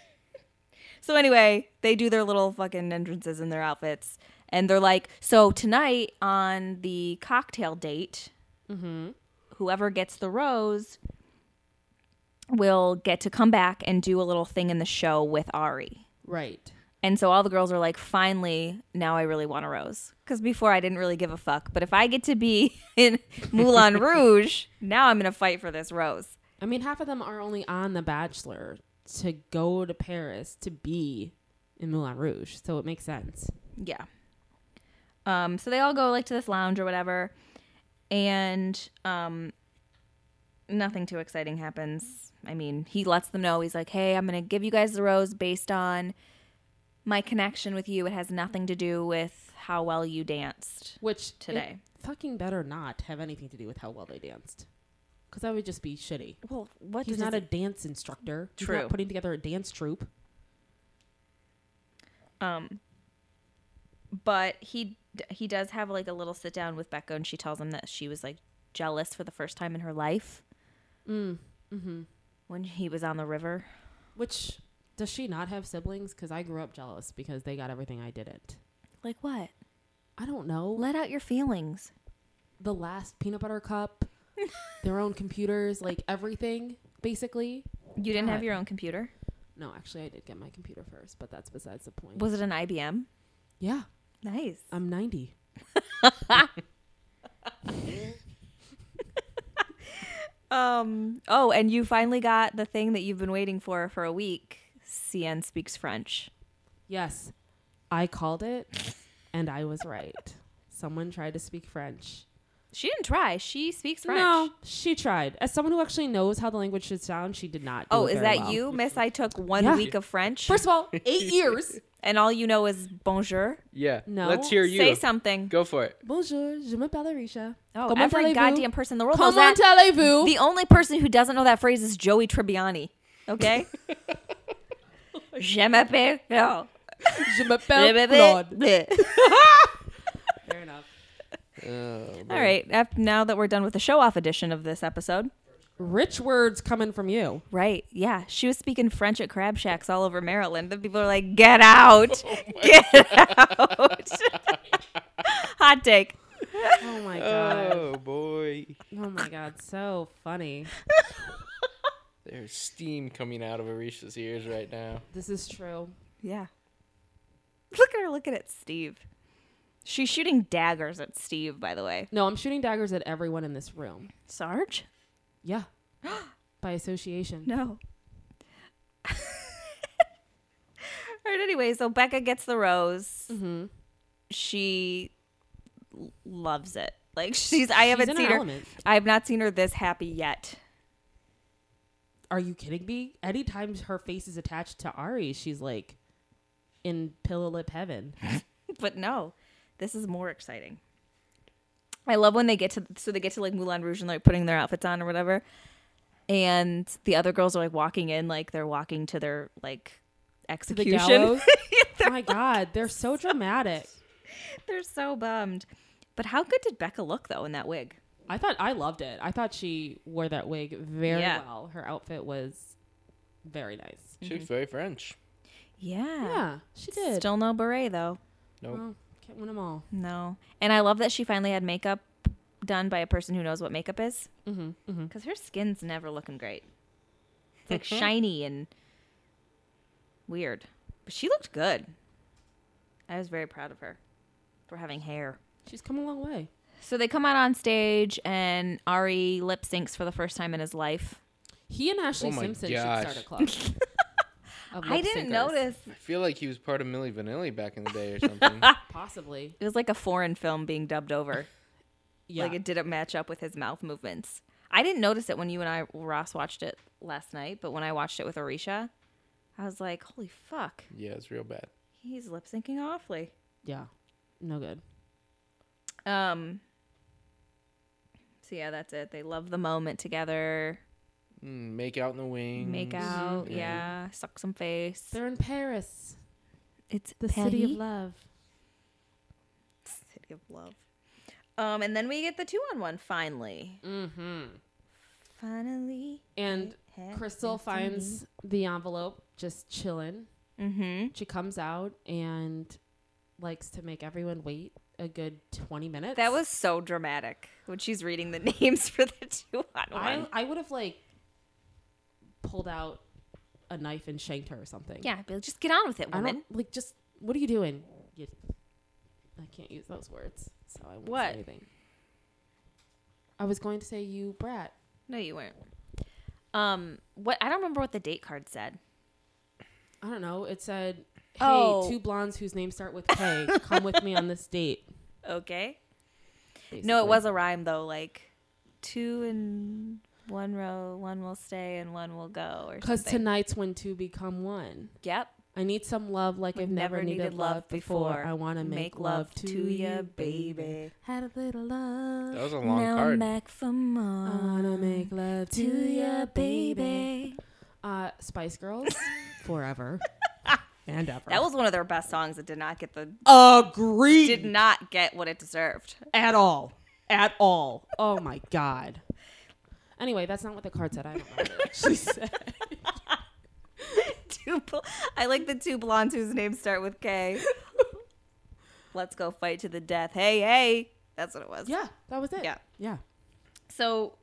Speaker 3: so anyway, they do their little fucking entrances in their outfits, and they're like, "So tonight on the cocktail date, Mm-hmm. whoever gets the rose will get to come back and do a little thing in the show with Ari."
Speaker 5: Right.
Speaker 3: And so all the girls are like, finally, now I really want a rose. Because before I didn't really give a fuck. But if I get to be in Moulin Rouge, now I'm going to fight for this rose.
Speaker 5: I mean, half of them are only on The Bachelor to go to Paris to be in Moulin Rouge, so it makes sense.
Speaker 3: Yeah. Um, so they all go like to this lounge or whatever. And um, nothing too exciting happens. I mean, he lets them know. He's like, hey, I'm going to give you guys the rose based on my connection with you. It has nothing to do with how well you danced.
Speaker 5: Which it
Speaker 3: Today.
Speaker 5: fucking better not have anything to do with how well they danced, because that would just be shitty.
Speaker 3: Well, what
Speaker 5: He's
Speaker 3: does
Speaker 5: not
Speaker 3: it-
Speaker 5: a dance instructor. He's not
Speaker 3: True.
Speaker 5: putting together a dance troupe.
Speaker 3: Um, but he d- he does have like a little sit down with Becca, and she tells him that she was like jealous for the first time in her life when he was on the river.
Speaker 5: Which does she not have siblings? Because I grew up jealous because they got everything I didn't.
Speaker 3: Like what?
Speaker 5: I don't know.
Speaker 3: Let out your feelings.
Speaker 5: the last peanut butter cup, their own computers, like everything, basically.
Speaker 3: You didn't have
Speaker 5: God.
Speaker 3: your own computer.
Speaker 5: No, actually, I did get my computer first, but that's besides the point.
Speaker 3: Was it an IBM?
Speaker 5: yeah,
Speaker 3: Nice.
Speaker 5: I'm 90.
Speaker 3: Um. Oh, and you finally got the thing that you've been waiting for for a week. CN speaks French.
Speaker 5: Yes, I called it, and I was right. Someone tried to speak French.
Speaker 3: She didn't try. She speaks French.
Speaker 5: No, she tried. As someone who actually knows how the language should sound, she did not. do
Speaker 3: Oh,
Speaker 5: it
Speaker 3: is
Speaker 5: very
Speaker 3: that
Speaker 5: well.
Speaker 3: you, Miss? I took one
Speaker 5: Yeah.
Speaker 3: week of French,
Speaker 5: First of all, eight years.
Speaker 3: and all you know is bonjour.
Speaker 4: Yeah.
Speaker 5: No.
Speaker 4: Let's hear you.
Speaker 3: Say something.
Speaker 4: Go for it.
Speaker 5: Bonjour, je m'appelle Arisha.
Speaker 3: Oh,
Speaker 5: Comment
Speaker 3: every
Speaker 5: allez-vous?
Speaker 3: goddamn person in the world knows
Speaker 5: Comment
Speaker 3: that.
Speaker 5: allez-vous?
Speaker 3: The only person who doesn't know that phrase is Joey Tribbiani. Okay. Je m'appelle Claude.
Speaker 5: Je
Speaker 3: Blah, blah,
Speaker 5: m'appelle
Speaker 3: blah,
Speaker 5: Claude.
Speaker 3: blah.
Speaker 5: Fair enough.
Speaker 4: Oh,
Speaker 3: All right. af- Now that we're done with the show off edition of this episode.
Speaker 5: Rich words coming from you.
Speaker 3: Right. Yeah. She was speaking French at crab shacks all over Maryland. And people are like, get out. get out. Hot take.
Speaker 5: Oh my
Speaker 3: Uh,
Speaker 5: god.
Speaker 4: Oh boy.
Speaker 5: Oh my god. So funny.
Speaker 4: There's steam coming out of Arisha's ears right now.
Speaker 5: This is true.
Speaker 3: Yeah. Look at her looking at Steve. She's shooting daggers at Steve, by the way.
Speaker 5: No, I'm shooting daggers at everyone in this room.
Speaker 3: Sarge?
Speaker 5: Yeah. By association.
Speaker 3: No. All right, anyway, so Becca gets the rose.
Speaker 5: Mm-hmm.
Speaker 3: She l- loves it. Like she's I haven't
Speaker 5: in her
Speaker 3: seen her
Speaker 5: element.
Speaker 3: I have not seen her this happy yet.
Speaker 5: Are you kidding me? Anytime her face is attached to Ari, she's like in pillow lip heaven.
Speaker 3: But no, this is more exciting. I love when they get to so they get to like Moulin Rouge and they're like putting their outfits on or whatever, and the other girls are like walking in like they're walking to their like
Speaker 5: The
Speaker 3: execution.
Speaker 5: gallows. oh my god, they're so dramatic.
Speaker 3: they're so bummed. But how good did Becca look though in that wig?
Speaker 5: I thought I loved it. I thought she wore that wig very
Speaker 3: Yeah.
Speaker 5: well. Her outfit was very nice.
Speaker 4: She looks very French.
Speaker 3: Yeah.
Speaker 5: Yeah, she did.
Speaker 3: Still no beret though.
Speaker 4: Nope.
Speaker 5: Oh, can't win them all.
Speaker 3: No. And I love that she finally had makeup done by a person who knows what makeup is. Because mm-hmm, her skin's never looking great. It's like shiny and weird. But she looked good. I was very proud of her for having hair.
Speaker 5: She's come a long way.
Speaker 3: So they come out on stage and Ari lip syncs for the first time in his life.
Speaker 5: He and Ashley
Speaker 4: Oh my
Speaker 5: Simpson
Speaker 4: gosh.
Speaker 5: should start a club. of
Speaker 3: I
Speaker 5: lip
Speaker 3: didn't
Speaker 5: syncers.
Speaker 3: notice.
Speaker 4: I feel like he was part of Millie Vanilli back in the day or something.
Speaker 5: Possibly.
Speaker 3: It was like a foreign film being dubbed over.
Speaker 5: Yeah.
Speaker 3: Like it didn't match up with his mouth movements. I didn't notice it when you and I Ross watched it last night, but when I watched it with Arisha, I was like, "Holy fuck,
Speaker 4: yeah, it's real bad.
Speaker 3: he's lip syncing awfully."
Speaker 5: yeah. No good.
Speaker 3: Um. So yeah, that's it. They love the moment together,
Speaker 4: Mm, make out in the wings.
Speaker 5: Mm-hmm.
Speaker 3: make out, yeah, suck some face.
Speaker 5: They're in Paris,
Speaker 3: It's
Speaker 5: the city of love.
Speaker 3: City of love. Um, and then we get the two on one finally. Mm-hmm. Finally.
Speaker 5: And
Speaker 3: Hey,
Speaker 5: Crystal finds the envelope just chilling.
Speaker 3: Mm-hmm.
Speaker 5: She comes out and likes to make everyone wait a good 20 minutes.
Speaker 3: That was so dramatic when she's reading the names for the two on
Speaker 5: I,
Speaker 3: one.
Speaker 5: I would have like pulled out a knife and shanked her or something.
Speaker 3: Yeah, be like, just get on with it,
Speaker 5: I
Speaker 3: woman.
Speaker 5: don't like just what are you doing? You, I can't use those words, so I won't
Speaker 3: What?
Speaker 5: say anything. I was going to say you brat.
Speaker 3: No, you weren't. Um, what I don't remember what the date card said.
Speaker 5: I don't know. It said, "Hey,
Speaker 3: Oh.
Speaker 5: two blondes whose names start with K, come with me on this date."
Speaker 3: Okay. No,
Speaker 5: basically.
Speaker 3: it was a rhyme though, like two in one row, one will stay and one will go, or
Speaker 5: Cause
Speaker 3: something.
Speaker 5: tonight's when two become one.
Speaker 3: yep.
Speaker 5: I need some love like I've never, needed, love, before. I want to make, love to
Speaker 3: ya,
Speaker 5: you, baby. Had a little love.
Speaker 4: That was a long card.
Speaker 3: back for more.
Speaker 5: I wanna make love to
Speaker 3: ya,
Speaker 5: you, baby. Uh, Spice Girls, forever and ever.
Speaker 3: That was one of their best songs that did not get the
Speaker 5: Oh. agreed.
Speaker 3: did not get what it deserved.
Speaker 5: at all, at all. Oh my god. Anyway, that's not what the card said. I don't know what it actually said.
Speaker 3: two bl- I like the two blondes whose names start with K. Let's go fight to the death. Hey, hey. That's what it was.
Speaker 5: Yeah, that was it.
Speaker 3: Yeah.
Speaker 5: yeah.
Speaker 3: So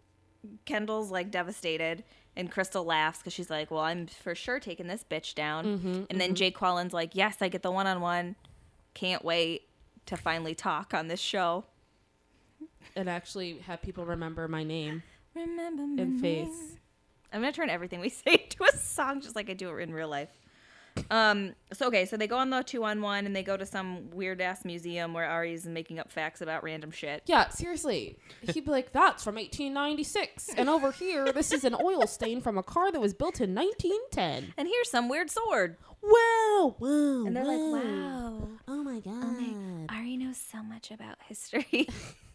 Speaker 3: Kendall's like devastated, and Crystal laughs because she's like, "Well, I'm for sure taking this bitch down." and then Jake Collins like, "Yes, I get the one-on-one. Can't wait to finally talk on this show."
Speaker 5: It actually had people remember my name
Speaker 3: Remember
Speaker 5: and face.
Speaker 3: I'm gonna turn everything we say into a song, just like I do it in real life. Um. So okay, so they go on the two-on-one, and they go to some weird ass museum where Ari's making up facts about random shit.
Speaker 5: Yeah, seriously. He'd be like, "That's from 1896," and over here, this is an oil stain from a car that was built in 1910.
Speaker 3: And here's some weird sword.
Speaker 5: Whoa, whoa.
Speaker 3: And they're
Speaker 5: whoa.
Speaker 3: like, "Wow."
Speaker 5: Oh my god.
Speaker 3: Ari knows so much about history.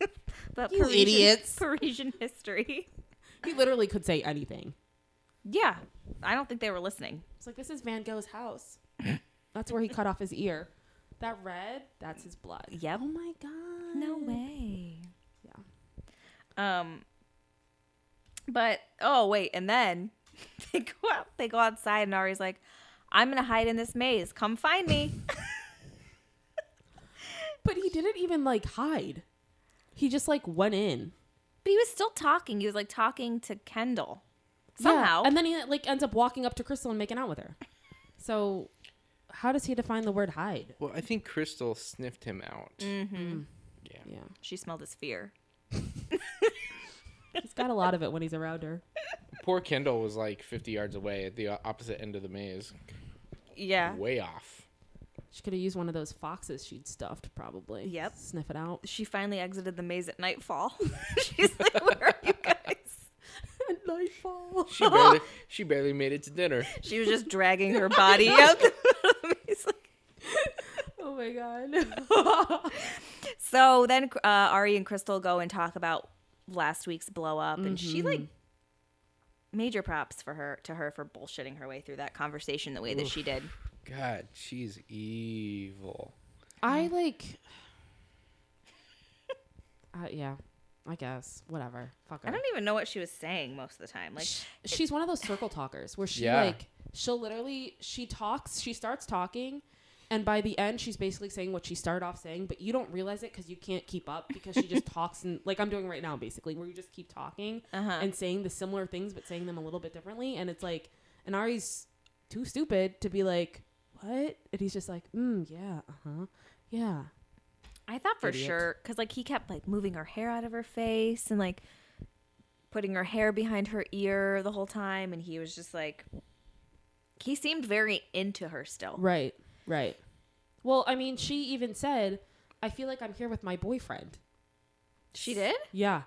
Speaker 3: but
Speaker 5: You
Speaker 3: Parisian,
Speaker 5: idiots.
Speaker 3: Parisian history.
Speaker 5: He literally could say anything.
Speaker 3: Yeah. I don't think they were listening.
Speaker 5: It's like this is Van Gogh's house. that's where he cut off his ear. That red, that's his blood.
Speaker 3: Yep.
Speaker 5: Oh my god.
Speaker 3: way.
Speaker 5: Yeah.
Speaker 3: Um but oh wait, and then they go out they go outside and Ari's like, I'm gonna hide in this maze. Come find me.
Speaker 5: But he didn't even like hide. He just like went in
Speaker 3: but he was still talking. He was like talking to Kendall.
Speaker 5: Yeah.
Speaker 3: Somehow.
Speaker 5: and then he like ends up walking up to Crystal and making out with her. So, how does he define the word hide?
Speaker 4: Well, I think Crystal sniffed him out.
Speaker 3: Mm.
Speaker 5: Yeah,
Speaker 3: she smelled his fear.
Speaker 5: he's got a lot of it when he's around her.
Speaker 4: Poor Kendall was like 50 yards away at the o- opposite end of the maze.
Speaker 3: Yeah.
Speaker 4: Way off.
Speaker 5: She could have used one of those foxes she'd stuffed, probably.
Speaker 3: Yep.
Speaker 5: Sniff it out.
Speaker 3: She finally exited the maze at nightfall. She's like, Where are you guys?
Speaker 5: At nightfall.
Speaker 4: She barely, she barely made it to dinner.
Speaker 3: She was just dragging her body out. The maze.
Speaker 5: Oh my god.
Speaker 3: so then uh, Ari and Crystal go and talk about last week's blow up, and she like major props for her to her for bullshitting her way through that conversation the way that she did.
Speaker 4: God, she's evil.
Speaker 5: I like. Uh, yeah, I guess whatever. Fuck her.
Speaker 3: I don't even know what she was saying most of the time. Like,
Speaker 5: she's one of those circle talkers where she
Speaker 4: Yeah.
Speaker 5: like she'll literally she talks she starts talking and by the end she's basically saying what she started off saying but you don't realize it because you can't keep up because she just talks and like i'm doing right now basically where you just keep talking
Speaker 3: Uh-huh.
Speaker 5: and saying the similar things but saying them a little bit differently and it's like and ari's too stupid to be like what and he's just like mm yeah uh-huh yeah
Speaker 3: I thought for
Speaker 5: Idiot.
Speaker 3: sure because like he kept like moving her hair out of her face and like putting her hair behind her ear the whole time, and he was just like, he seemed very into her still.
Speaker 5: right right well i mean she even said i feel like i'm here with my boyfriend
Speaker 3: She did.
Speaker 5: Yeah.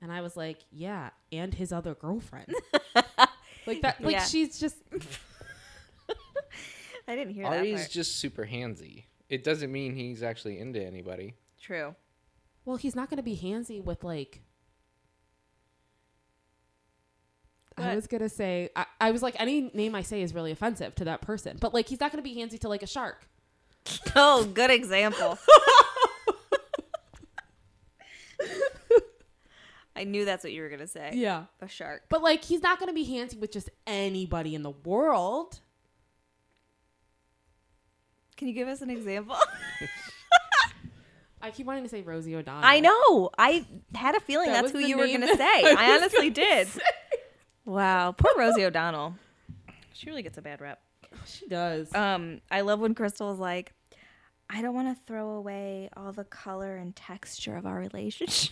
Speaker 5: And I was like, yeah, and his other girlfriend. like that like
Speaker 3: Yeah.
Speaker 5: she's just
Speaker 3: I didn't hear that
Speaker 4: Ari's
Speaker 3: part.
Speaker 4: just super handsy. It doesn't mean he's actually into anybody.
Speaker 3: True.
Speaker 5: well, he's not gonna be handsy with like I
Speaker 3: What?
Speaker 5: was gonna say I, I was like any name I say is really offensive to that person. But like he's not gonna be handsy to like a shark.
Speaker 3: Oh, good example. I knew that's what you were gonna say.
Speaker 5: Yeah.
Speaker 3: A shark.
Speaker 5: But like he's not gonna be handsy with just anybody in the world.
Speaker 3: Can you give us an example?
Speaker 5: I keep wanting to say Rosie O'Donnell.
Speaker 3: I know. I had a feeling
Speaker 5: That
Speaker 3: that's
Speaker 5: was
Speaker 3: who
Speaker 5: the
Speaker 3: you were
Speaker 5: name
Speaker 3: gonna
Speaker 5: that
Speaker 3: say.
Speaker 5: I
Speaker 3: I,
Speaker 5: was
Speaker 3: honestly did. Wow, poor Rosie O'Donnell. She really gets a bad rep.
Speaker 5: She does.
Speaker 3: Um, I love when Crystal is like, "I don't want to throw away all the color and texture of our relationship."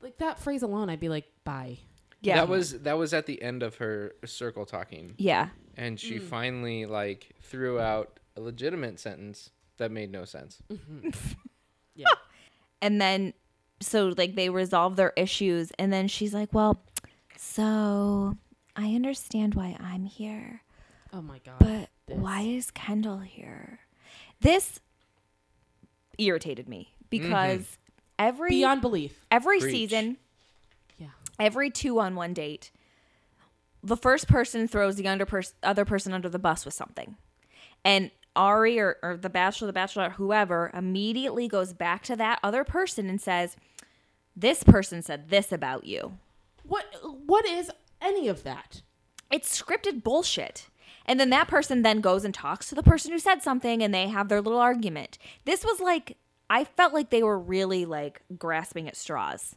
Speaker 5: like that phrase alone, I'd be like, bye.
Speaker 3: Yeah.
Speaker 4: That was that was at the end of her circle talking.
Speaker 3: yeah.
Speaker 4: And
Speaker 3: Mm.
Speaker 4: she finally like threw out a legitimate sentence that made no sense.
Speaker 5: Yeah.
Speaker 3: and then so like they resolve their issues and then she's like well so i understand why i'm here
Speaker 5: oh my god.
Speaker 3: but
Speaker 5: this.
Speaker 3: why is Kendall here? This irritated me because every
Speaker 5: Mm-hmm. Beyond belief.
Speaker 3: every
Speaker 4: Preach.
Speaker 3: season,
Speaker 5: Yeah.
Speaker 3: every two on one date, the first person throws the under pers- other person under the bus with something. And Ari or, or the bachelor, the bachelorette, whoever, immediately goes back to that other person and says, This person said this about you.
Speaker 5: What what is any of that?
Speaker 3: it's scripted bullshit. And then that person then goes and talks to the person who said something and they have their little argument. This was like I felt like they were really like grasping at straws.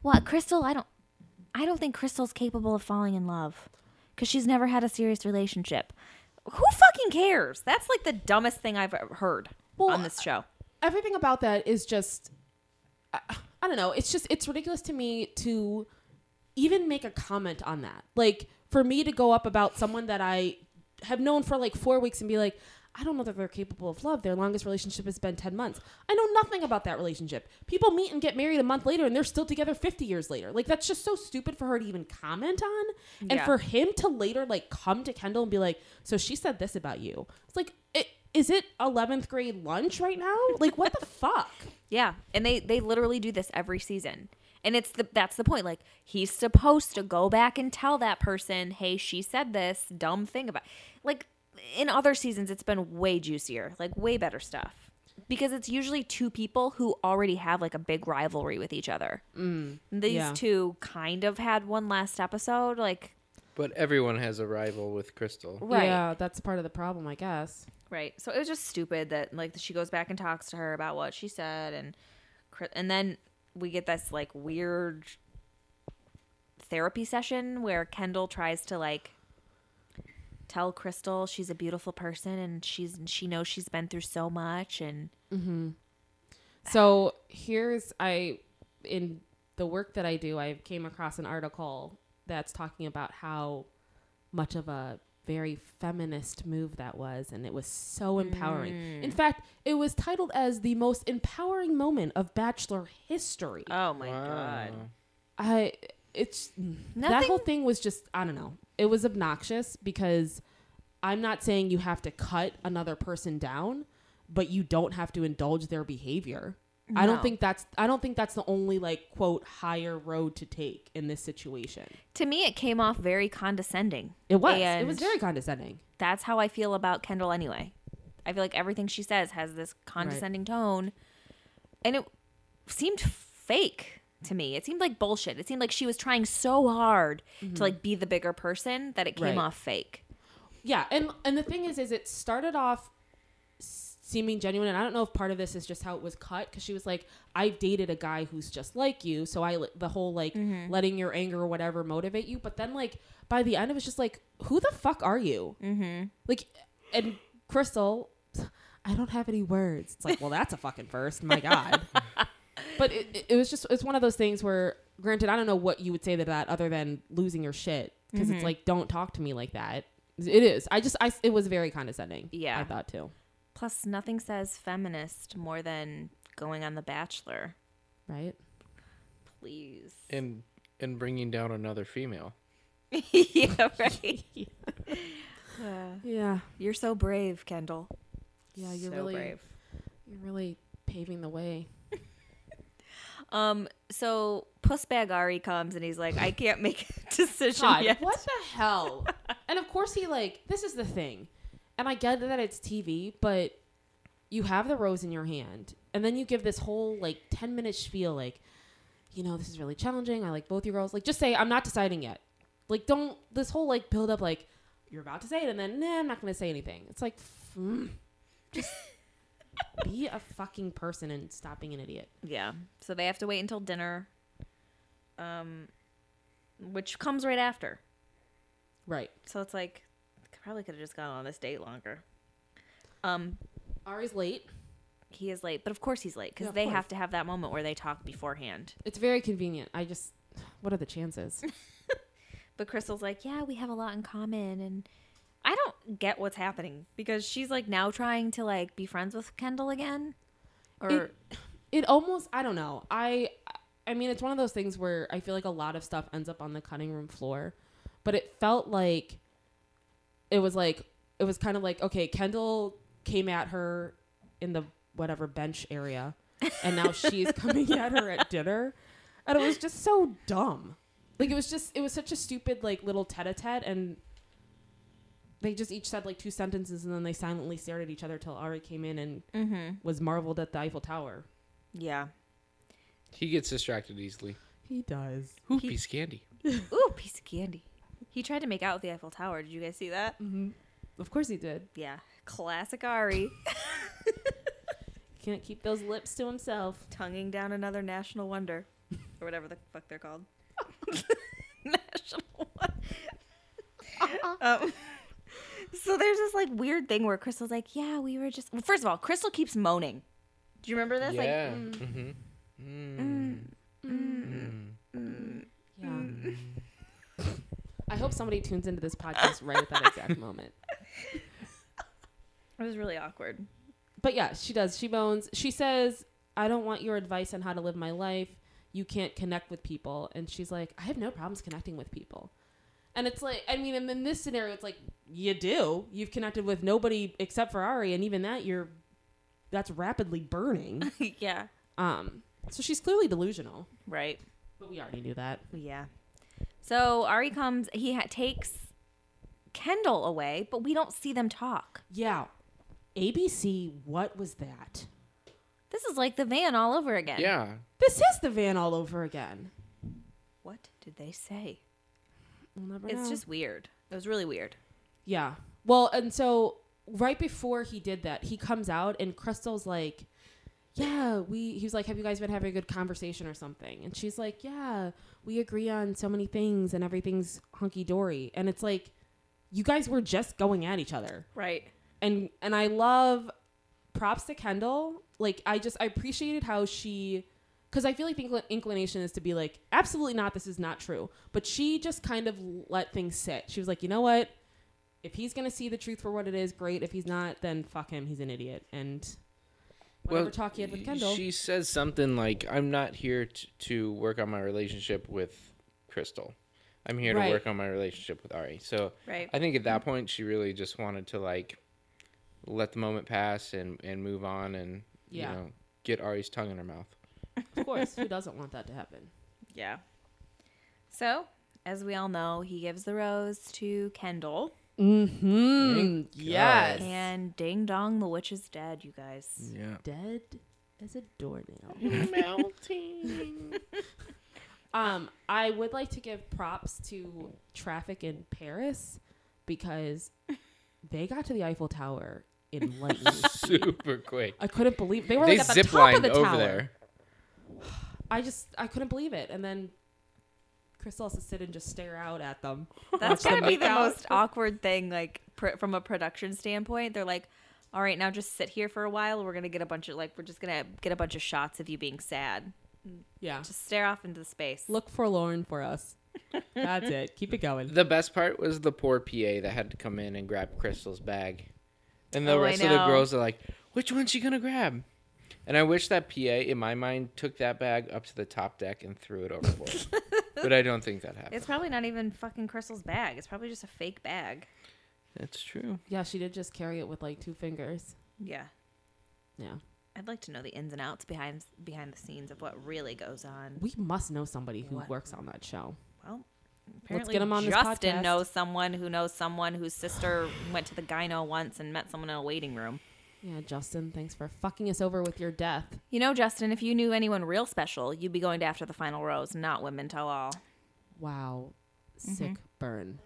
Speaker 3: What, Crystal? I don't I don't think Crystal's capable of falling in love cuz she's never had a serious relationship. Who fucking cares? That's like the dumbest thing I've ever heard
Speaker 5: Well,
Speaker 3: on this show.
Speaker 5: everything about that is just I, I don't know it's just it's ridiculous to me to even make a comment on that like for me to go up about someone that i have known for like four weeks and be like i don't know that they're capable of love their longest relationship has been 10 months i know nothing about that relationship people meet and get married a month later and they're still together 50 years later like that's just so stupid for her to even comment on and
Speaker 3: Yeah.
Speaker 5: for him to later like come to kendall and be like so she said this about you it's like it, is it 11th grade lunch right now like what the fuck
Speaker 3: Yeah, and they they literally do this every season. And it's the that's the point. Like he's supposed to go back and tell that person, "Hey, she said this dumb thing about." Like in other seasons it's been way juicier, like way better stuff. Because it's usually two people who already have like a big rivalry with each other. Mm, These
Speaker 5: yeah.
Speaker 3: two kind of had one last episode, like
Speaker 4: But everyone has a rival with Crystal.
Speaker 3: right.
Speaker 5: Yeah, that's part of the problem, I guess.
Speaker 3: Right. So it was just stupid that like she goes back and talks to her about what she said and Chri- and then we get this like weird therapy session where Kendall tries to like tell Crystal she's a beautiful person and she's she knows she's been through so much and
Speaker 5: So here's I in the work that I do, I came across an article that's talking about how much of a very feminist move that was and it was so empowering. In fact, it was titled as the most empowering moment of bachelor history.
Speaker 3: oh my
Speaker 4: Wow.
Speaker 5: I it's that
Speaker 3: Nothing-
Speaker 5: whole thing was just I don't know. It was obnoxious because I'm not saying you have to cut another person down, but you don't have to indulge their behavior. I
Speaker 3: No.
Speaker 5: don't think that's I don't think that's the only like quote higher road to take in this situation.
Speaker 3: To me it came off very condescending.
Speaker 5: It was it
Speaker 3: And
Speaker 5: was very condescending.
Speaker 3: that's how I feel about Kendall anyway. I feel like everything she says has this condescending tone, and it seemed fake to me. It seemed like bullshit. It seemed like she was trying so hard to like be the bigger person that it came
Speaker 5: Mm-hmm. Right.
Speaker 3: off fake.
Speaker 5: Yeah, and and the thing is, is it started off s- seeming genuine, and I don't know if part of this is just how it was cut because she was like, "I've dated a guy who's just like you," so I li- the whole like letting your anger or whatever motivate you, but then like by the end, it was just like, "Who the fuck are you?" Mm-hmm. Like, and Crystal, I don't have any words. It's like, well, that's a fucking first. My God. but it, it- it was just it's one of those things where granted i don't know what you would say to that other than losing your shit because it's like don't talk to me like that it is i just i it was very condescending
Speaker 3: Yeah.
Speaker 5: i thought too
Speaker 3: Plus, nothing says feminist more than going on The Bachelor.
Speaker 5: right
Speaker 3: Please.
Speaker 4: And and bringing down another female.
Speaker 3: yeah, right. Uh,
Speaker 5: yeah
Speaker 3: you're so brave, Kendall.
Speaker 5: yeah you're
Speaker 3: So
Speaker 5: really
Speaker 3: brave.
Speaker 5: you're really paving the way
Speaker 3: Um, so Pussbag Ari comes and he's like, I can't make a decision
Speaker 5: God,
Speaker 3: yet.
Speaker 5: what the hell? and of course he like this is the thing. And I get that it's TV, but you have the rose in your hand, and then you give this whole like ten minute spiel, like, you know, this is really challenging. I like both you girls. Like, just say I'm not deciding yet. Like, don't this whole like build up like you're about to say it, and then nah, I'm not gonna say anything. It's like, mm, just be a fucking person and stop being an idiot.
Speaker 3: Yeah. So they have to wait until dinner, um, which comes right after.
Speaker 5: Right.
Speaker 3: So it's like probably could have just gone on this date longer. Um,
Speaker 5: Ari's late.
Speaker 3: he is late, but of course he's late because
Speaker 5: Yeah, of
Speaker 3: they
Speaker 5: course.
Speaker 3: have to have that moment where they talk beforehand.
Speaker 5: It's very convenient. I just, what are the chances?
Speaker 3: But Crystal's like, "Yeah, we have a lot in common," and I don't get what's happening because she's like now trying to like be friends with Kendall again, or
Speaker 5: it, it almost i don't know i i mean it's one of those things where i feel like a lot of stuff ends up on the cutting room floor but it felt like it was like it was kind of like okay, Kendall came at her in the whatever bench area, and now she's coming at her at dinner, and it was just so dumb. Like it was just it was such a stupid like little tete-a-tete, and they just each said like two sentences, and then they silently stared at each other till Ari came in and was marveled at the Eiffel Tower.
Speaker 3: Mm-hmm. Yeah.
Speaker 4: He gets distracted easily.
Speaker 5: He does.
Speaker 4: Ooh, piece of candy.
Speaker 3: Ooh, piece of candy. He tried to make out with the Eiffel Tower. Did you guys see that?
Speaker 5: Of course he did.
Speaker 3: Yeah. Classic Ari.
Speaker 5: Can't keep those lips to himself.
Speaker 3: Tonguing down another national wonder. Or whatever the fuck they're called. national wonder. um, so there's this like weird thing where Crystal's like, yeah, we were just. Well, first of all, Crystal keeps moaning. Do you remember this? Like,
Speaker 4: yeah.
Speaker 5: mm.
Speaker 4: Mm-hmm. hmm Mm.
Speaker 3: mm,
Speaker 5: Yeah. Mm. I hope somebody tunes into this podcast right at that exact moment.
Speaker 3: it was really awkward.
Speaker 5: But yeah, she does. She moans. She says, I don't want your advice on how to live my life. You can't connect with people. And she's like, I have no problems connecting with people. And it's like, I mean, and in this scenario, it's like, you do. You've connected with nobody except for Ari. And even that, you're, that's rapidly burning.
Speaker 3: yeah.
Speaker 5: Um, so she's clearly delusional.
Speaker 3: Right.
Speaker 5: But we already knew that.
Speaker 3: Yeah. So Ari comes. He ha- takes Kendall away, but we don't see them talk.
Speaker 5: Yeah. ABC, what was that?
Speaker 3: This is like the van all over again.
Speaker 4: Yeah.
Speaker 5: This is the van all over again.
Speaker 3: What did they say?
Speaker 5: We'll never
Speaker 3: It's
Speaker 5: know.
Speaker 3: just weird. It was really weird.
Speaker 5: Yeah. Well, and so right before he did that, he comes out and Crystal's like, "Yeah, we." He was like, "Have you guys been having a good conversation or something?" And she's like, "Yeah, we agree on so many things and everything's hunky dory." And it's like, you guys were just going at each other,
Speaker 3: Right.
Speaker 5: and and I love props to Kendall. Like I just I appreciated how she. Because I feel like the incl- inclination is to be like, absolutely not, this is not true. But she just kind of let things sit. She was like, you know what? if he's gonna see the truth for what it is, great. If he's not, then fuck him. He's an idiot. And whatever talk he had with Kendall,
Speaker 4: She says something like, I'm not here t- to work on my relationship with Crystal. I'm here
Speaker 5: Right.
Speaker 4: to work on my relationship with Ari. So
Speaker 3: Right.
Speaker 4: I think at that point, she really just wanted to like let the moment pass and, and move on and,
Speaker 5: Yeah.
Speaker 4: you know, get Ari's tongue in her mouth.
Speaker 5: of course, who doesn't want that to happen?
Speaker 3: Yeah. So, as we all know, he gives the rose to Kendall,
Speaker 5: Mm-hmm.
Speaker 4: Thank
Speaker 5: Yes.
Speaker 4: God.
Speaker 3: and ding dong, the witch is dead. You guys.
Speaker 4: Yeah.
Speaker 5: Dead as a doornail. Um, I would like to give props to traffic in Paris because they got to the Eiffel Tower in lightning.
Speaker 4: Super quick.
Speaker 5: I couldn't believe they were
Speaker 4: they
Speaker 5: like at the
Speaker 4: zip
Speaker 5: top of
Speaker 4: lined
Speaker 5: the
Speaker 4: over
Speaker 5: tower.
Speaker 4: there.
Speaker 5: I just I couldn't believe it. And then Crystal has to sit and just stare out at them.
Speaker 3: That's
Speaker 5: Watch
Speaker 3: gotta
Speaker 5: them
Speaker 3: be
Speaker 5: make
Speaker 3: the
Speaker 5: out.
Speaker 3: most awkward thing, like pr- from a production standpoint. They're like, "All right, now just sit here for a while. We're gonna get a bunch of like, we're just gonna get a bunch of shots of you being sad.
Speaker 5: Yeah.
Speaker 3: Just stare off into the space."
Speaker 5: Look forlorn for us. That's it. Keep it going.
Speaker 4: The best part was the poor PA that had to come in and grab Crystal's bag. And the
Speaker 3: Oh, I
Speaker 4: rest of the
Speaker 3: know.
Speaker 4: girls are like, which one's she going to grab? And I wish that PA, in my mind, took that bag up to the top deck and threw it overboard. but I don't think that happened.
Speaker 3: It's probably not even fucking Crystal's bag. It's probably just a fake bag.
Speaker 4: That's true.
Speaker 5: Yeah, she did just carry it with like two fingers.
Speaker 3: Yeah.
Speaker 5: Yeah.
Speaker 3: I'd like to know the ins and outs behind behind the scenes of what really goes on.
Speaker 5: We must know somebody who works on that show.
Speaker 3: Well,
Speaker 5: Let's
Speaker 3: apparently
Speaker 5: get him on this
Speaker 3: Justin
Speaker 5: podcast.
Speaker 3: knows someone who knows someone whose sister went to the gyno once and met someone in a waiting room.
Speaker 5: Yeah, Justin, thanks for fucking us over with your death.
Speaker 3: You know, Justin, if you knew anyone real special, you'd be going to after the final rose, not women tell all.
Speaker 5: Wow. Sick burn.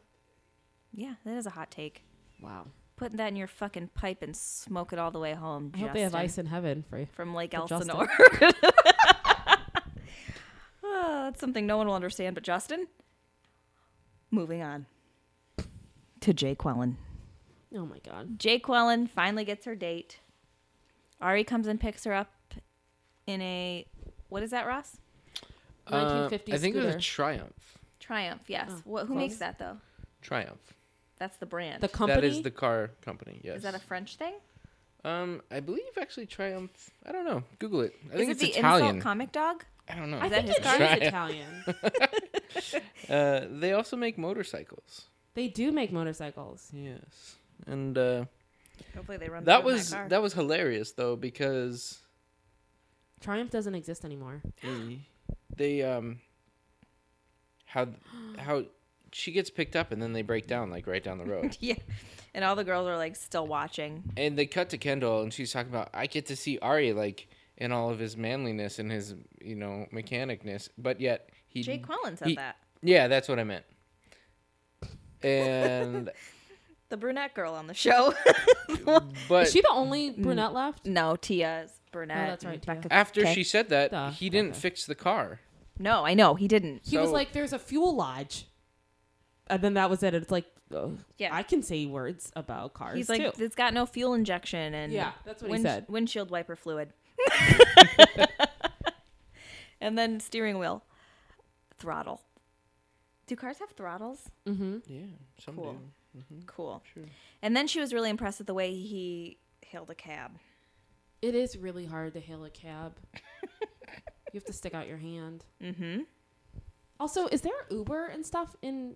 Speaker 3: Yeah, that is a hot take.
Speaker 5: Wow.
Speaker 3: Put that in your fucking pipe and smoke it all the way home.
Speaker 5: I hope they have
Speaker 3: Justin.
Speaker 5: ice in heaven for you.
Speaker 3: from Lake
Speaker 5: For Justin.
Speaker 3: Elsinore. oh, that's something no one will understand but Justin. Moving on to Jay Quellen.
Speaker 5: Oh my god.
Speaker 3: Jay Quellen finally gets her date. Ari comes and picks her up in a what is that, Ross?
Speaker 4: Uh,
Speaker 5: 1950s
Speaker 4: I think it was a
Speaker 5: scooter.
Speaker 4: Triumph.
Speaker 3: Triumph. Yes.
Speaker 5: Oh,
Speaker 3: what, who
Speaker 5: close.
Speaker 3: makes that though?
Speaker 4: Triumph.
Speaker 3: That's the brand.
Speaker 5: The company
Speaker 4: That is the car company. Yes.
Speaker 3: is that a French thing?
Speaker 4: um, I believe actually Triumph. I don't know. Google it. I
Speaker 3: Is
Speaker 4: think
Speaker 3: it
Speaker 4: it's
Speaker 3: the
Speaker 4: Italian.
Speaker 3: insult comic dog?
Speaker 4: I don't know.
Speaker 5: I
Speaker 3: that his
Speaker 5: think it
Speaker 3: car?
Speaker 5: is Italian.
Speaker 4: uh, they also make motorcycles.
Speaker 5: they do make motorcycles.
Speaker 4: Yes. and uh,
Speaker 3: Hopefully they run.
Speaker 4: that
Speaker 3: through my
Speaker 4: was
Speaker 3: car.
Speaker 4: that was hilarious though because
Speaker 5: Triumph doesn't exist anymore.
Speaker 4: they, they um how how she gets picked up and then they break down like right down the road
Speaker 3: yeah. And all the girls are like still watching.
Speaker 4: and they cut to Kendall and she's talking about I get to see Arya like in all of his manliness and his you know mechanicness but yet he
Speaker 3: Jake Quellen said
Speaker 4: he-
Speaker 3: that.
Speaker 4: yeah that's what I meant and
Speaker 3: The brunette girl on the show.
Speaker 4: but
Speaker 5: Is she the only brunette left?
Speaker 3: no, Tia's brunette.
Speaker 5: Oh, that's right,
Speaker 3: and
Speaker 5: Tia.
Speaker 3: Becca-
Speaker 4: after
Speaker 3: okay.
Speaker 4: she said that
Speaker 5: Duh,
Speaker 4: he didn't
Speaker 5: okay.
Speaker 4: fix the car
Speaker 3: No, I know he didn't.
Speaker 5: He was
Speaker 4: So-
Speaker 5: like, "There's a fuel lodge," and then that was it. It's like, oh,
Speaker 3: Yeah.
Speaker 5: I can say words about cars
Speaker 3: He's like,
Speaker 5: too.
Speaker 3: it's got no fuel injection and
Speaker 5: Yeah, that's what he
Speaker 3: wind-
Speaker 5: said.
Speaker 3: Windshield wiper fluid, and then steering wheel, throttle. Do cars have throttles?
Speaker 5: Mm-hmm.
Speaker 4: yeah some
Speaker 3: Cool,
Speaker 4: do.
Speaker 3: cool. And then she was really impressed with the way he hailed a cab.
Speaker 5: It is really hard to hail a cab. you have to stick out your hand. Mm-hmm. Also, is there Uber and stuff in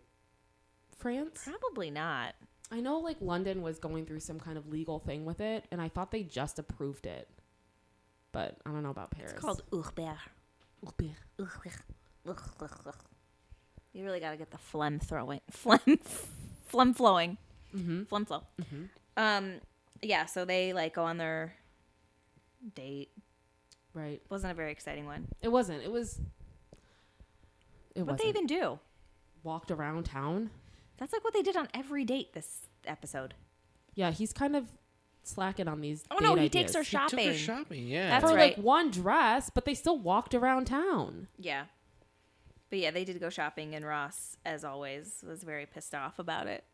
Speaker 5: France?
Speaker 3: Probably not.
Speaker 5: I know like London was going through some kind of legal thing with it, and I thought they just approved it. But I don't know about Paris.
Speaker 3: It's called Uber.
Speaker 5: Uber.
Speaker 3: You really got to get the phlegm throwing, phlegm, phlegm flowing, phlegm flow. Um, yeah. So they like go on their date.
Speaker 5: Right.
Speaker 3: Wasn't a very exciting one.
Speaker 5: It wasn't. It was. It
Speaker 3: What
Speaker 5: wasn't.
Speaker 3: they even do?
Speaker 5: walked around town.
Speaker 3: That's like what they did on every date this episode.
Speaker 5: Yeah, he's kind of slacking on these.
Speaker 3: Oh no,
Speaker 5: date
Speaker 3: he takes her
Speaker 5: ideas.
Speaker 4: Took
Speaker 3: shopping.
Speaker 4: her shopping yeah
Speaker 3: That's
Speaker 5: for
Speaker 3: right.
Speaker 5: like one dress, but they still walked around town.
Speaker 3: yeah. But yeah, they did go shopping, and Ross, as always, was very pissed off about it.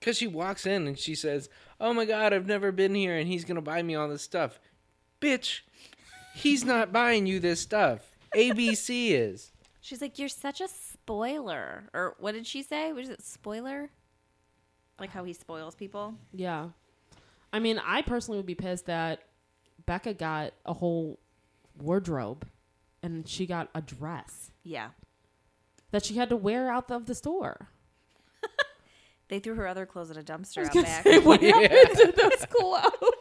Speaker 4: Because she walks in and she says, Oh my God, I've never been here and he's going to buy me all this stuff. Bitch, he's not buying you this stuff. ABC is.
Speaker 3: She's like, "You're such a spoiler," or what did she say? Was it spoiler? Like how he spoils people.
Speaker 5: Yeah, I mean, I personally would be pissed that Becca got a whole wardrobe, and she got a dress
Speaker 3: Yeah,
Speaker 5: that she had to wear out of the store.
Speaker 3: they threw her other clothes at a dumpster out
Speaker 5: gonna
Speaker 3: back.
Speaker 5: say, what happened to those clothes?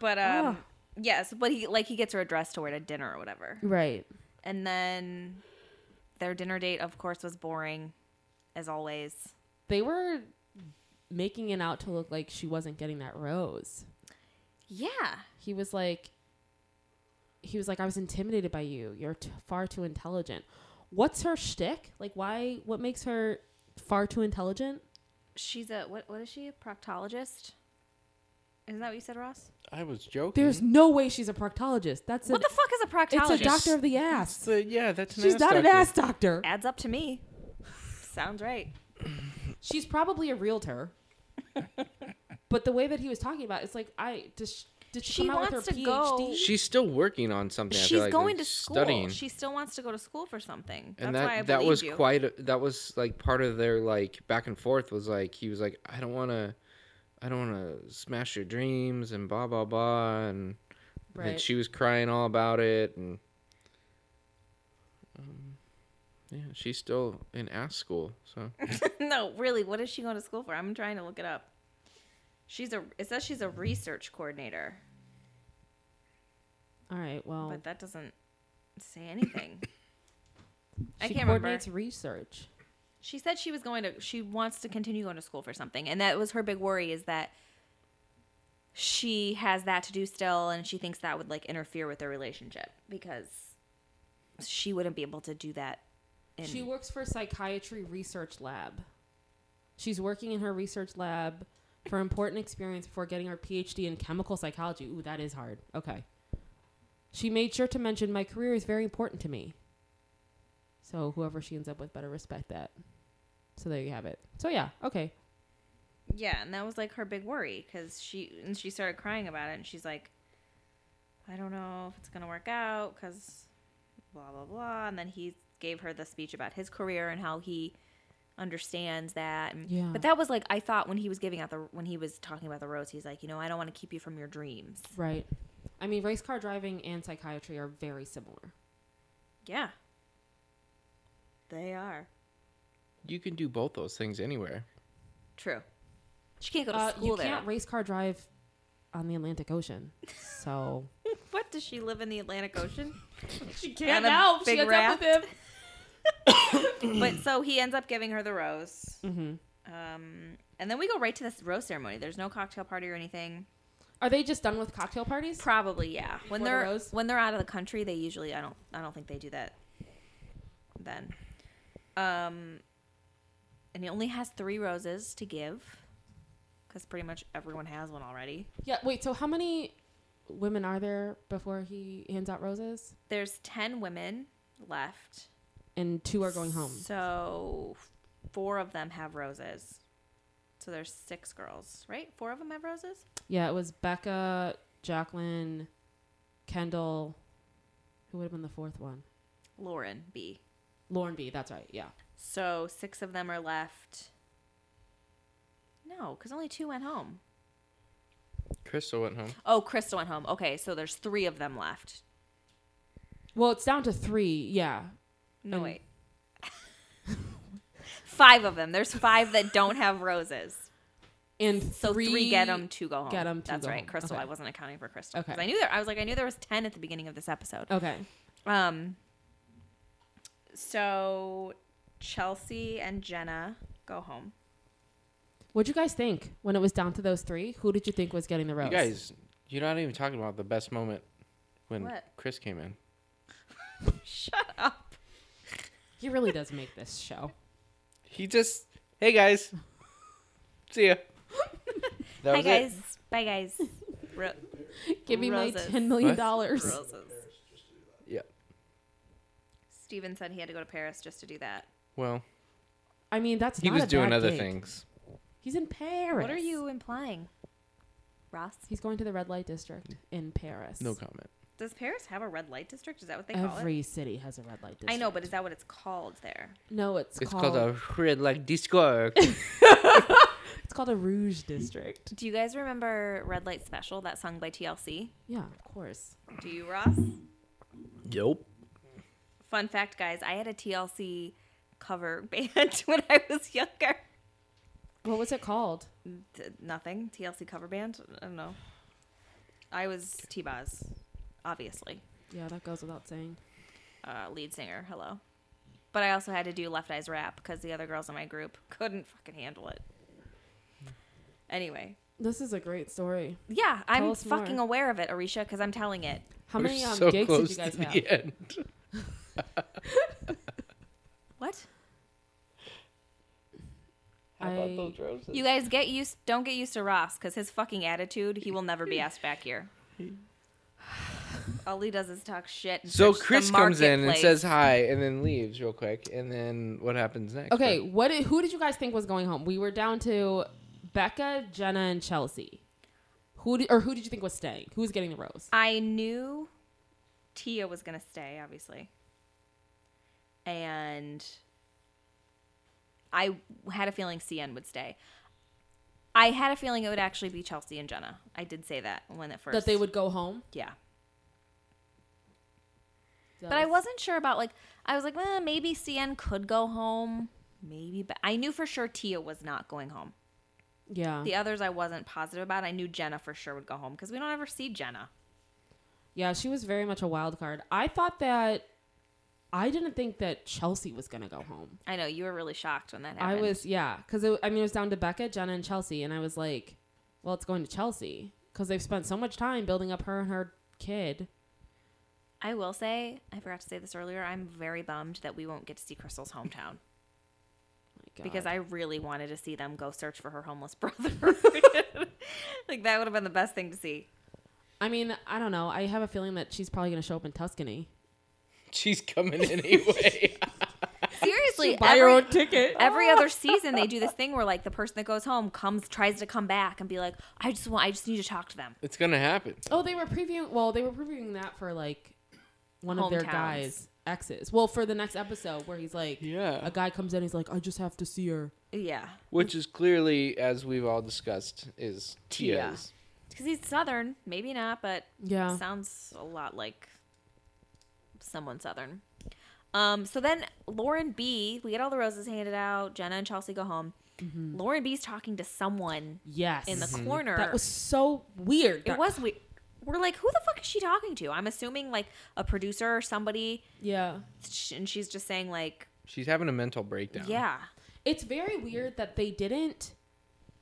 Speaker 3: But um,
Speaker 5: Ugh.
Speaker 3: yes, but he like he gets her a dress to wear to dinner or whatever.
Speaker 5: right.
Speaker 3: And then their dinner date, of course, was boring, as always.
Speaker 5: They were making it out to look like she wasn't getting that rose.
Speaker 3: Yeah,
Speaker 5: he was like he was like i was intimidated by you you're t- far too intelligent what's her shtick like why what makes her far too intelligent
Speaker 3: she's a what? What is she? A proctologist? Isn't that what you said, Ross?
Speaker 4: I was joking.
Speaker 5: there's no way she's a proctologist that's
Speaker 3: What
Speaker 5: a,
Speaker 3: the fuck is a proctologist?
Speaker 5: it's a doctor of the ass
Speaker 4: So, yeah, that's an
Speaker 5: she's
Speaker 4: ass
Speaker 5: not an
Speaker 4: doctor.
Speaker 5: ass doctor
Speaker 3: Adds up to me. Sounds right.
Speaker 5: she's probably a realtor but the way that he was talking about it, it's like i does she, did she,
Speaker 3: She
Speaker 5: come out
Speaker 3: wants
Speaker 5: with her
Speaker 3: to
Speaker 5: PhD?
Speaker 3: go-
Speaker 4: She's still working on something. I feel
Speaker 3: She's
Speaker 4: like,
Speaker 3: going
Speaker 4: and
Speaker 3: to school.
Speaker 4: Studying.
Speaker 3: She still wants to go to school for something. That's
Speaker 4: and
Speaker 3: why I
Speaker 4: that, that
Speaker 3: believe
Speaker 4: was
Speaker 3: you.
Speaker 4: quite, a, that was like part of their like back and forth was like, he was like, I don't want to, I don't want to smash your dreams and blah, blah, blah. And,
Speaker 5: right
Speaker 4: and she was crying all about it and um, yeah she's still in ass school so
Speaker 3: no, really, what is she going to school for? I'm trying to look it up. She's a. It says she's a research coordinator,
Speaker 5: all right
Speaker 4: Oh.
Speaker 5: well
Speaker 3: but that doesn't say anything. I
Speaker 5: she
Speaker 3: can't remember.
Speaker 5: coordinates research
Speaker 3: She said she was going to. She wants to continue going to school for something, and that was her big worry is that she has that to do still, and she thinks that would like interfere with their relationship because she wouldn't be able to do that. In,
Speaker 5: She works for a psychiatry research lab. She's working in her research lab for important experience before getting her PhD in chemical psychology. Ooh, that is hard. Okay. She made sure to mention my career is very important to me. So whoever she ends up with better respect that. So there you have it. So yeah, okay.
Speaker 3: Yeah, and that was like her big worry because she and she started crying about it, and she's like, "I don't know if it's gonna work out," because blah blah blah. And then he gave her the speech about his career and how he understands that. And,
Speaker 5: Yeah.
Speaker 3: But that was like I thought when he was giving out the when he was talking about the rose, he's like, you know, I don't want to keep you from your dreams.
Speaker 5: Right. I mean, race car driving and psychiatry are very similar.
Speaker 3: Yeah, they are
Speaker 4: you can do both those things anywhere
Speaker 3: true. She can't go to
Speaker 5: Uh,
Speaker 3: school
Speaker 5: you
Speaker 3: there.
Speaker 5: can't race car drive on the Atlantic Ocean. So
Speaker 3: What does she live in the Atlantic Ocean?
Speaker 5: she
Speaker 3: can't On a now. She big ends up with
Speaker 5: him.
Speaker 3: but so he ends up giving her the rose.
Speaker 5: Mhm.
Speaker 3: Um, and then we go right to this rose ceremony. There's no cocktail party or anything.
Speaker 5: Are they just done with cocktail parties?
Speaker 3: Probably, yeah. When
Speaker 5: Before the
Speaker 3: they're
Speaker 5: rose?
Speaker 3: when they're out of the country, they usually I don't I don't think they do that then. Um and he only has 3 roses to give cuz pretty much everyone has one already.
Speaker 5: yeah. Wait. So how many women are there before he hands out roses?
Speaker 3: There's 10 women left.
Speaker 5: And two are going home.
Speaker 3: So four of them have roses. So there's six girls, right? Four of them have roses?
Speaker 5: Yeah. It was Becca, Jacqueline, Kendall. Who would have been the fourth one?
Speaker 3: Lauren B.
Speaker 5: Lauren B. That's right. Yeah.
Speaker 3: So six of them are left. No, because only two went home.
Speaker 4: Crystal went home.
Speaker 3: Oh, Crystal went home. Okay, so there's three of them left.
Speaker 5: Well, it's down to three. Yeah.
Speaker 3: No,
Speaker 5: And-
Speaker 3: wait. five of them. There's five that don't have roses.
Speaker 5: And
Speaker 3: So three, get them, two go home.
Speaker 5: get 'em, two
Speaker 3: That's
Speaker 5: go
Speaker 3: right,
Speaker 5: home.
Speaker 3: Crystal.
Speaker 5: Okay.
Speaker 3: I wasn't accounting for Crystal. 'Cause
Speaker 5: Okay. Oh.
Speaker 3: I knew there. I was like, I knew there was ten at the beginning of this episode.
Speaker 5: Okay.
Speaker 3: Um. So, Chelsea and Jenna go home.
Speaker 5: What'd you guys think when it was down to those three? Who did you think was getting the rose?
Speaker 4: You guys, you're not even talking about the best moment when
Speaker 3: What?
Speaker 4: Chris came in.
Speaker 3: Shut up.
Speaker 5: He really does make this show.
Speaker 4: He just, hey guys, see ya. That
Speaker 3: Hi
Speaker 4: was
Speaker 3: guys.
Speaker 4: it.
Speaker 3: Bye guys. Ro-
Speaker 5: Give me my
Speaker 3: Roses.
Speaker 5: ten million dollars.
Speaker 3: roses.
Speaker 4: Yeah.
Speaker 3: Steven said he had to go to Paris just to do that.
Speaker 4: Well,
Speaker 5: I mean, that's
Speaker 4: he
Speaker 5: not
Speaker 4: was
Speaker 5: a
Speaker 4: doing
Speaker 5: bad
Speaker 4: other
Speaker 5: gig.
Speaker 4: things.
Speaker 5: He's in Paris.
Speaker 3: What are you implying, Ross?
Speaker 5: He's going to the red light district in Paris.
Speaker 4: No comment.
Speaker 3: Does Paris have a red light district? Is that what they call it?
Speaker 5: Every city has a red light district.
Speaker 3: I know, but is that what it's called there?
Speaker 5: no, it's,
Speaker 4: It's
Speaker 5: called,
Speaker 4: called, a red light discord.
Speaker 5: it's called a rouge district.
Speaker 3: Do you guys remember Red Light Special, that song by TLC?
Speaker 5: Yeah, of course.
Speaker 3: Do you, Ross?
Speaker 4: nope.
Speaker 3: Fun fact, guys, I had a TLC cover band when I was younger.
Speaker 5: What was it called?
Speaker 3: T- nothing. TLC cover band? I don't know. I was T Boz, obviously.
Speaker 5: Yeah, that goes without saying.
Speaker 3: Uh, lead singer, hello. But I also had to do Left Eyes Rap because the other girls in my group couldn't fucking handle it. Anyway,
Speaker 5: This is a great story.
Speaker 3: yeah,
Speaker 5: Tell
Speaker 3: I'm
Speaker 5: us more.
Speaker 3: fucking aware of it, Orisha, because I'm telling it.
Speaker 5: How
Speaker 4: We're
Speaker 5: many um,
Speaker 4: so
Speaker 5: gigs
Speaker 4: close
Speaker 5: did you guys
Speaker 4: to the
Speaker 5: have?
Speaker 4: end.
Speaker 3: What?
Speaker 4: How
Speaker 5: I-
Speaker 4: about those roses?
Speaker 3: You guys get used, don't get used to Ross because his fucking attitude, he will never be asked back here. All he does is talk shit. and
Speaker 4: so
Speaker 3: search the
Speaker 4: Chris comes in and
Speaker 3: marketplace.
Speaker 4: says hi, and then leaves real quick. And then what happens next?
Speaker 5: Okay, what? Did, who did you guys think was going home? We were down to Becca, Jenna, and Chelsea. Who did, or who did you think was staying? Who was getting the rose?
Speaker 3: I knew Tia was going to stay, obviously. And I had a feeling CN would stay. I had a feeling it would actually be Chelsea and Jenna. I did say that when it first.
Speaker 5: That they would go home.
Speaker 3: Yeah.
Speaker 5: That
Speaker 3: But I wasn't sure about, like, I was like, eh, maybe CN could go home. Maybe. But I knew for sure Tia was not going home.
Speaker 5: Yeah.
Speaker 3: The others I wasn't positive about. I knew Jenna for sure would go home because we don't ever see Jenna.
Speaker 5: Yeah, she was very much a wild card. I thought that I didn't think that Chelsea was going to go home.
Speaker 3: I know you were really shocked when that happened.
Speaker 5: I was, yeah, because I mean, it was down to Becca, Jenna, and Chelsea, and I was like, well, it's going to Chelsea because they've spent so much time building up her and her kid.
Speaker 3: I will say, I forgot to say this earlier. I'm very bummed that we won't get to see Crystal's hometown
Speaker 5: My God.
Speaker 3: because I really wanted to see them go search for her homeless brother. like that would have been the best thing to see.
Speaker 5: I mean, I don't know. I have a feeling that she's probably going to show up in Tuscany.
Speaker 4: She's coming in anyway.
Speaker 3: Seriously,
Speaker 5: Buy
Speaker 3: every,
Speaker 5: her own ticket.
Speaker 3: every other season they do this thing where like the person that goes home comes tries to come back and be like, I just want, I just need to talk to them.
Speaker 4: it's gonna happen.
Speaker 5: Oh, they were previewing. Well, they were previewing that for like one of their
Speaker 3: Hometowns.
Speaker 5: guys' exes. Well, for the next episode where he's like,
Speaker 4: Yeah.
Speaker 5: a guy comes in, he's like, I just have to see her.
Speaker 3: Yeah,
Speaker 4: Which is clearly, as we've all discussed, is
Speaker 3: Tia.
Speaker 4: Tia's.
Speaker 3: because he's southern, maybe not, but
Speaker 5: Yeah.
Speaker 3: Sounds a lot like someone southern. Um, so then Lauren B, we get all the roses handed out. Jenna and Chelsea go home. Lauren B's talking to someone
Speaker 5: Mm-hmm. Yes. Mm-hmm.
Speaker 3: in the corner.
Speaker 5: That was so weird.
Speaker 3: it was we we're like, who the fuck is she talking to? I'm assuming like a producer or somebody,
Speaker 5: Yeah.
Speaker 3: sh- and she's just saying like,
Speaker 4: She's having a mental breakdown.
Speaker 3: yeah,
Speaker 5: It's very weird that they didn't.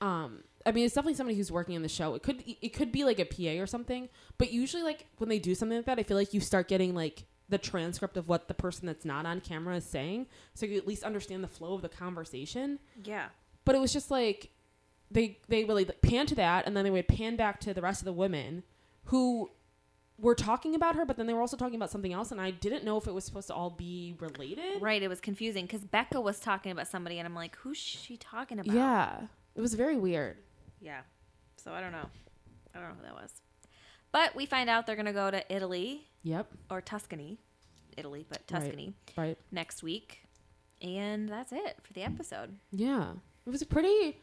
Speaker 5: Um, I mean, it's definitely somebody who's working on the show. It could it could be like a PA or something. But usually, like when they do something like that, I feel like you start getting like the transcript of what the person that's not on camera is saying, so you at least understand the flow of the conversation.
Speaker 3: yeah,
Speaker 5: but it was just like they they really like, pan to that and then they would pan back to the rest of the women who were talking about her but then they were also talking about something else and i didn't know if it was supposed to all be related
Speaker 3: right. It was confusing because Becca was talking about somebody, and I'm like, who's she talking about?
Speaker 5: yeah it was very weird
Speaker 3: yeah. So I don't know, I don't know who that was, but we find out they're gonna go to Italy
Speaker 5: yep
Speaker 3: or Tuscany, Italy, but Tuscany
Speaker 5: right
Speaker 3: next week, and that's it for the episode.
Speaker 5: yeah it was a pretty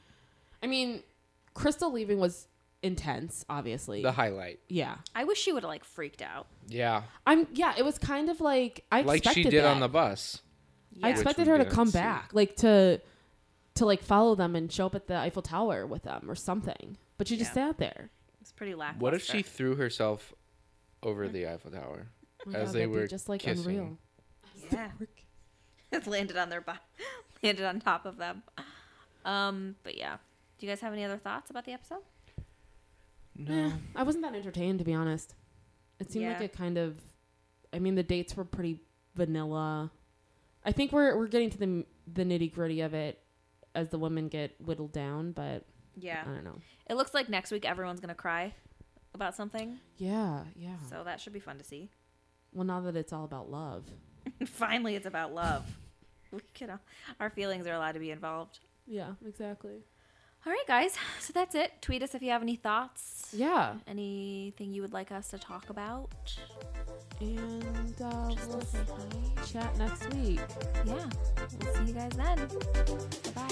Speaker 5: i mean crystal leaving was intense obviously
Speaker 4: The highlight.
Speaker 5: yeah
Speaker 3: I wish she would have like freaked out.
Speaker 4: Yeah.
Speaker 5: i'm yeah it was kind of like i
Speaker 4: Like
Speaker 5: expected
Speaker 4: she did
Speaker 5: that.
Speaker 4: on the bus.
Speaker 5: I
Speaker 3: Yeah.
Speaker 5: expected
Speaker 4: we
Speaker 5: her to
Speaker 4: didn't
Speaker 5: come
Speaker 4: see.
Speaker 5: back, like to to like follow them and show up at the Eiffel Tower with them or something. But she just
Speaker 3: Yeah.
Speaker 5: sat there.
Speaker 3: It's pretty lackluster.
Speaker 4: What if she threw herself over the Eiffel Tower
Speaker 5: Oh my
Speaker 4: as
Speaker 5: God,
Speaker 4: they
Speaker 5: that'd be
Speaker 4: were
Speaker 5: just like
Speaker 4: kissing?
Speaker 5: unreal.
Speaker 3: Yeah. landed on their body, landed on top of them. Um, but yeah. Do you guys have any other thoughts about the episode?
Speaker 4: No.
Speaker 5: Eh, I wasn't that entertained to be honest. It seemed like
Speaker 3: Yeah.
Speaker 5: a kind of, I mean, the dates were pretty vanilla. I think we're we're getting to the the nitty gritty of it as the women get whittled down, but
Speaker 3: Yeah.
Speaker 5: I don't know.
Speaker 3: It looks like next week everyone's gonna cry about something,
Speaker 5: Yeah, yeah.
Speaker 3: so that should be fun to see.
Speaker 5: Well, now that it's all about love,
Speaker 3: Finally, it's about love. we can, all- our feelings are allowed to be involved.
Speaker 5: yeah, exactly.
Speaker 3: All right, guys. So that's it. Tweet us if you have any thoughts,
Speaker 5: Yeah,
Speaker 3: anything you would like us to talk about.
Speaker 5: and uh,
Speaker 3: Just
Speaker 5: we'll
Speaker 3: say hi.
Speaker 5: chat next week.
Speaker 3: Yeah. We'll see you guys then. Bye.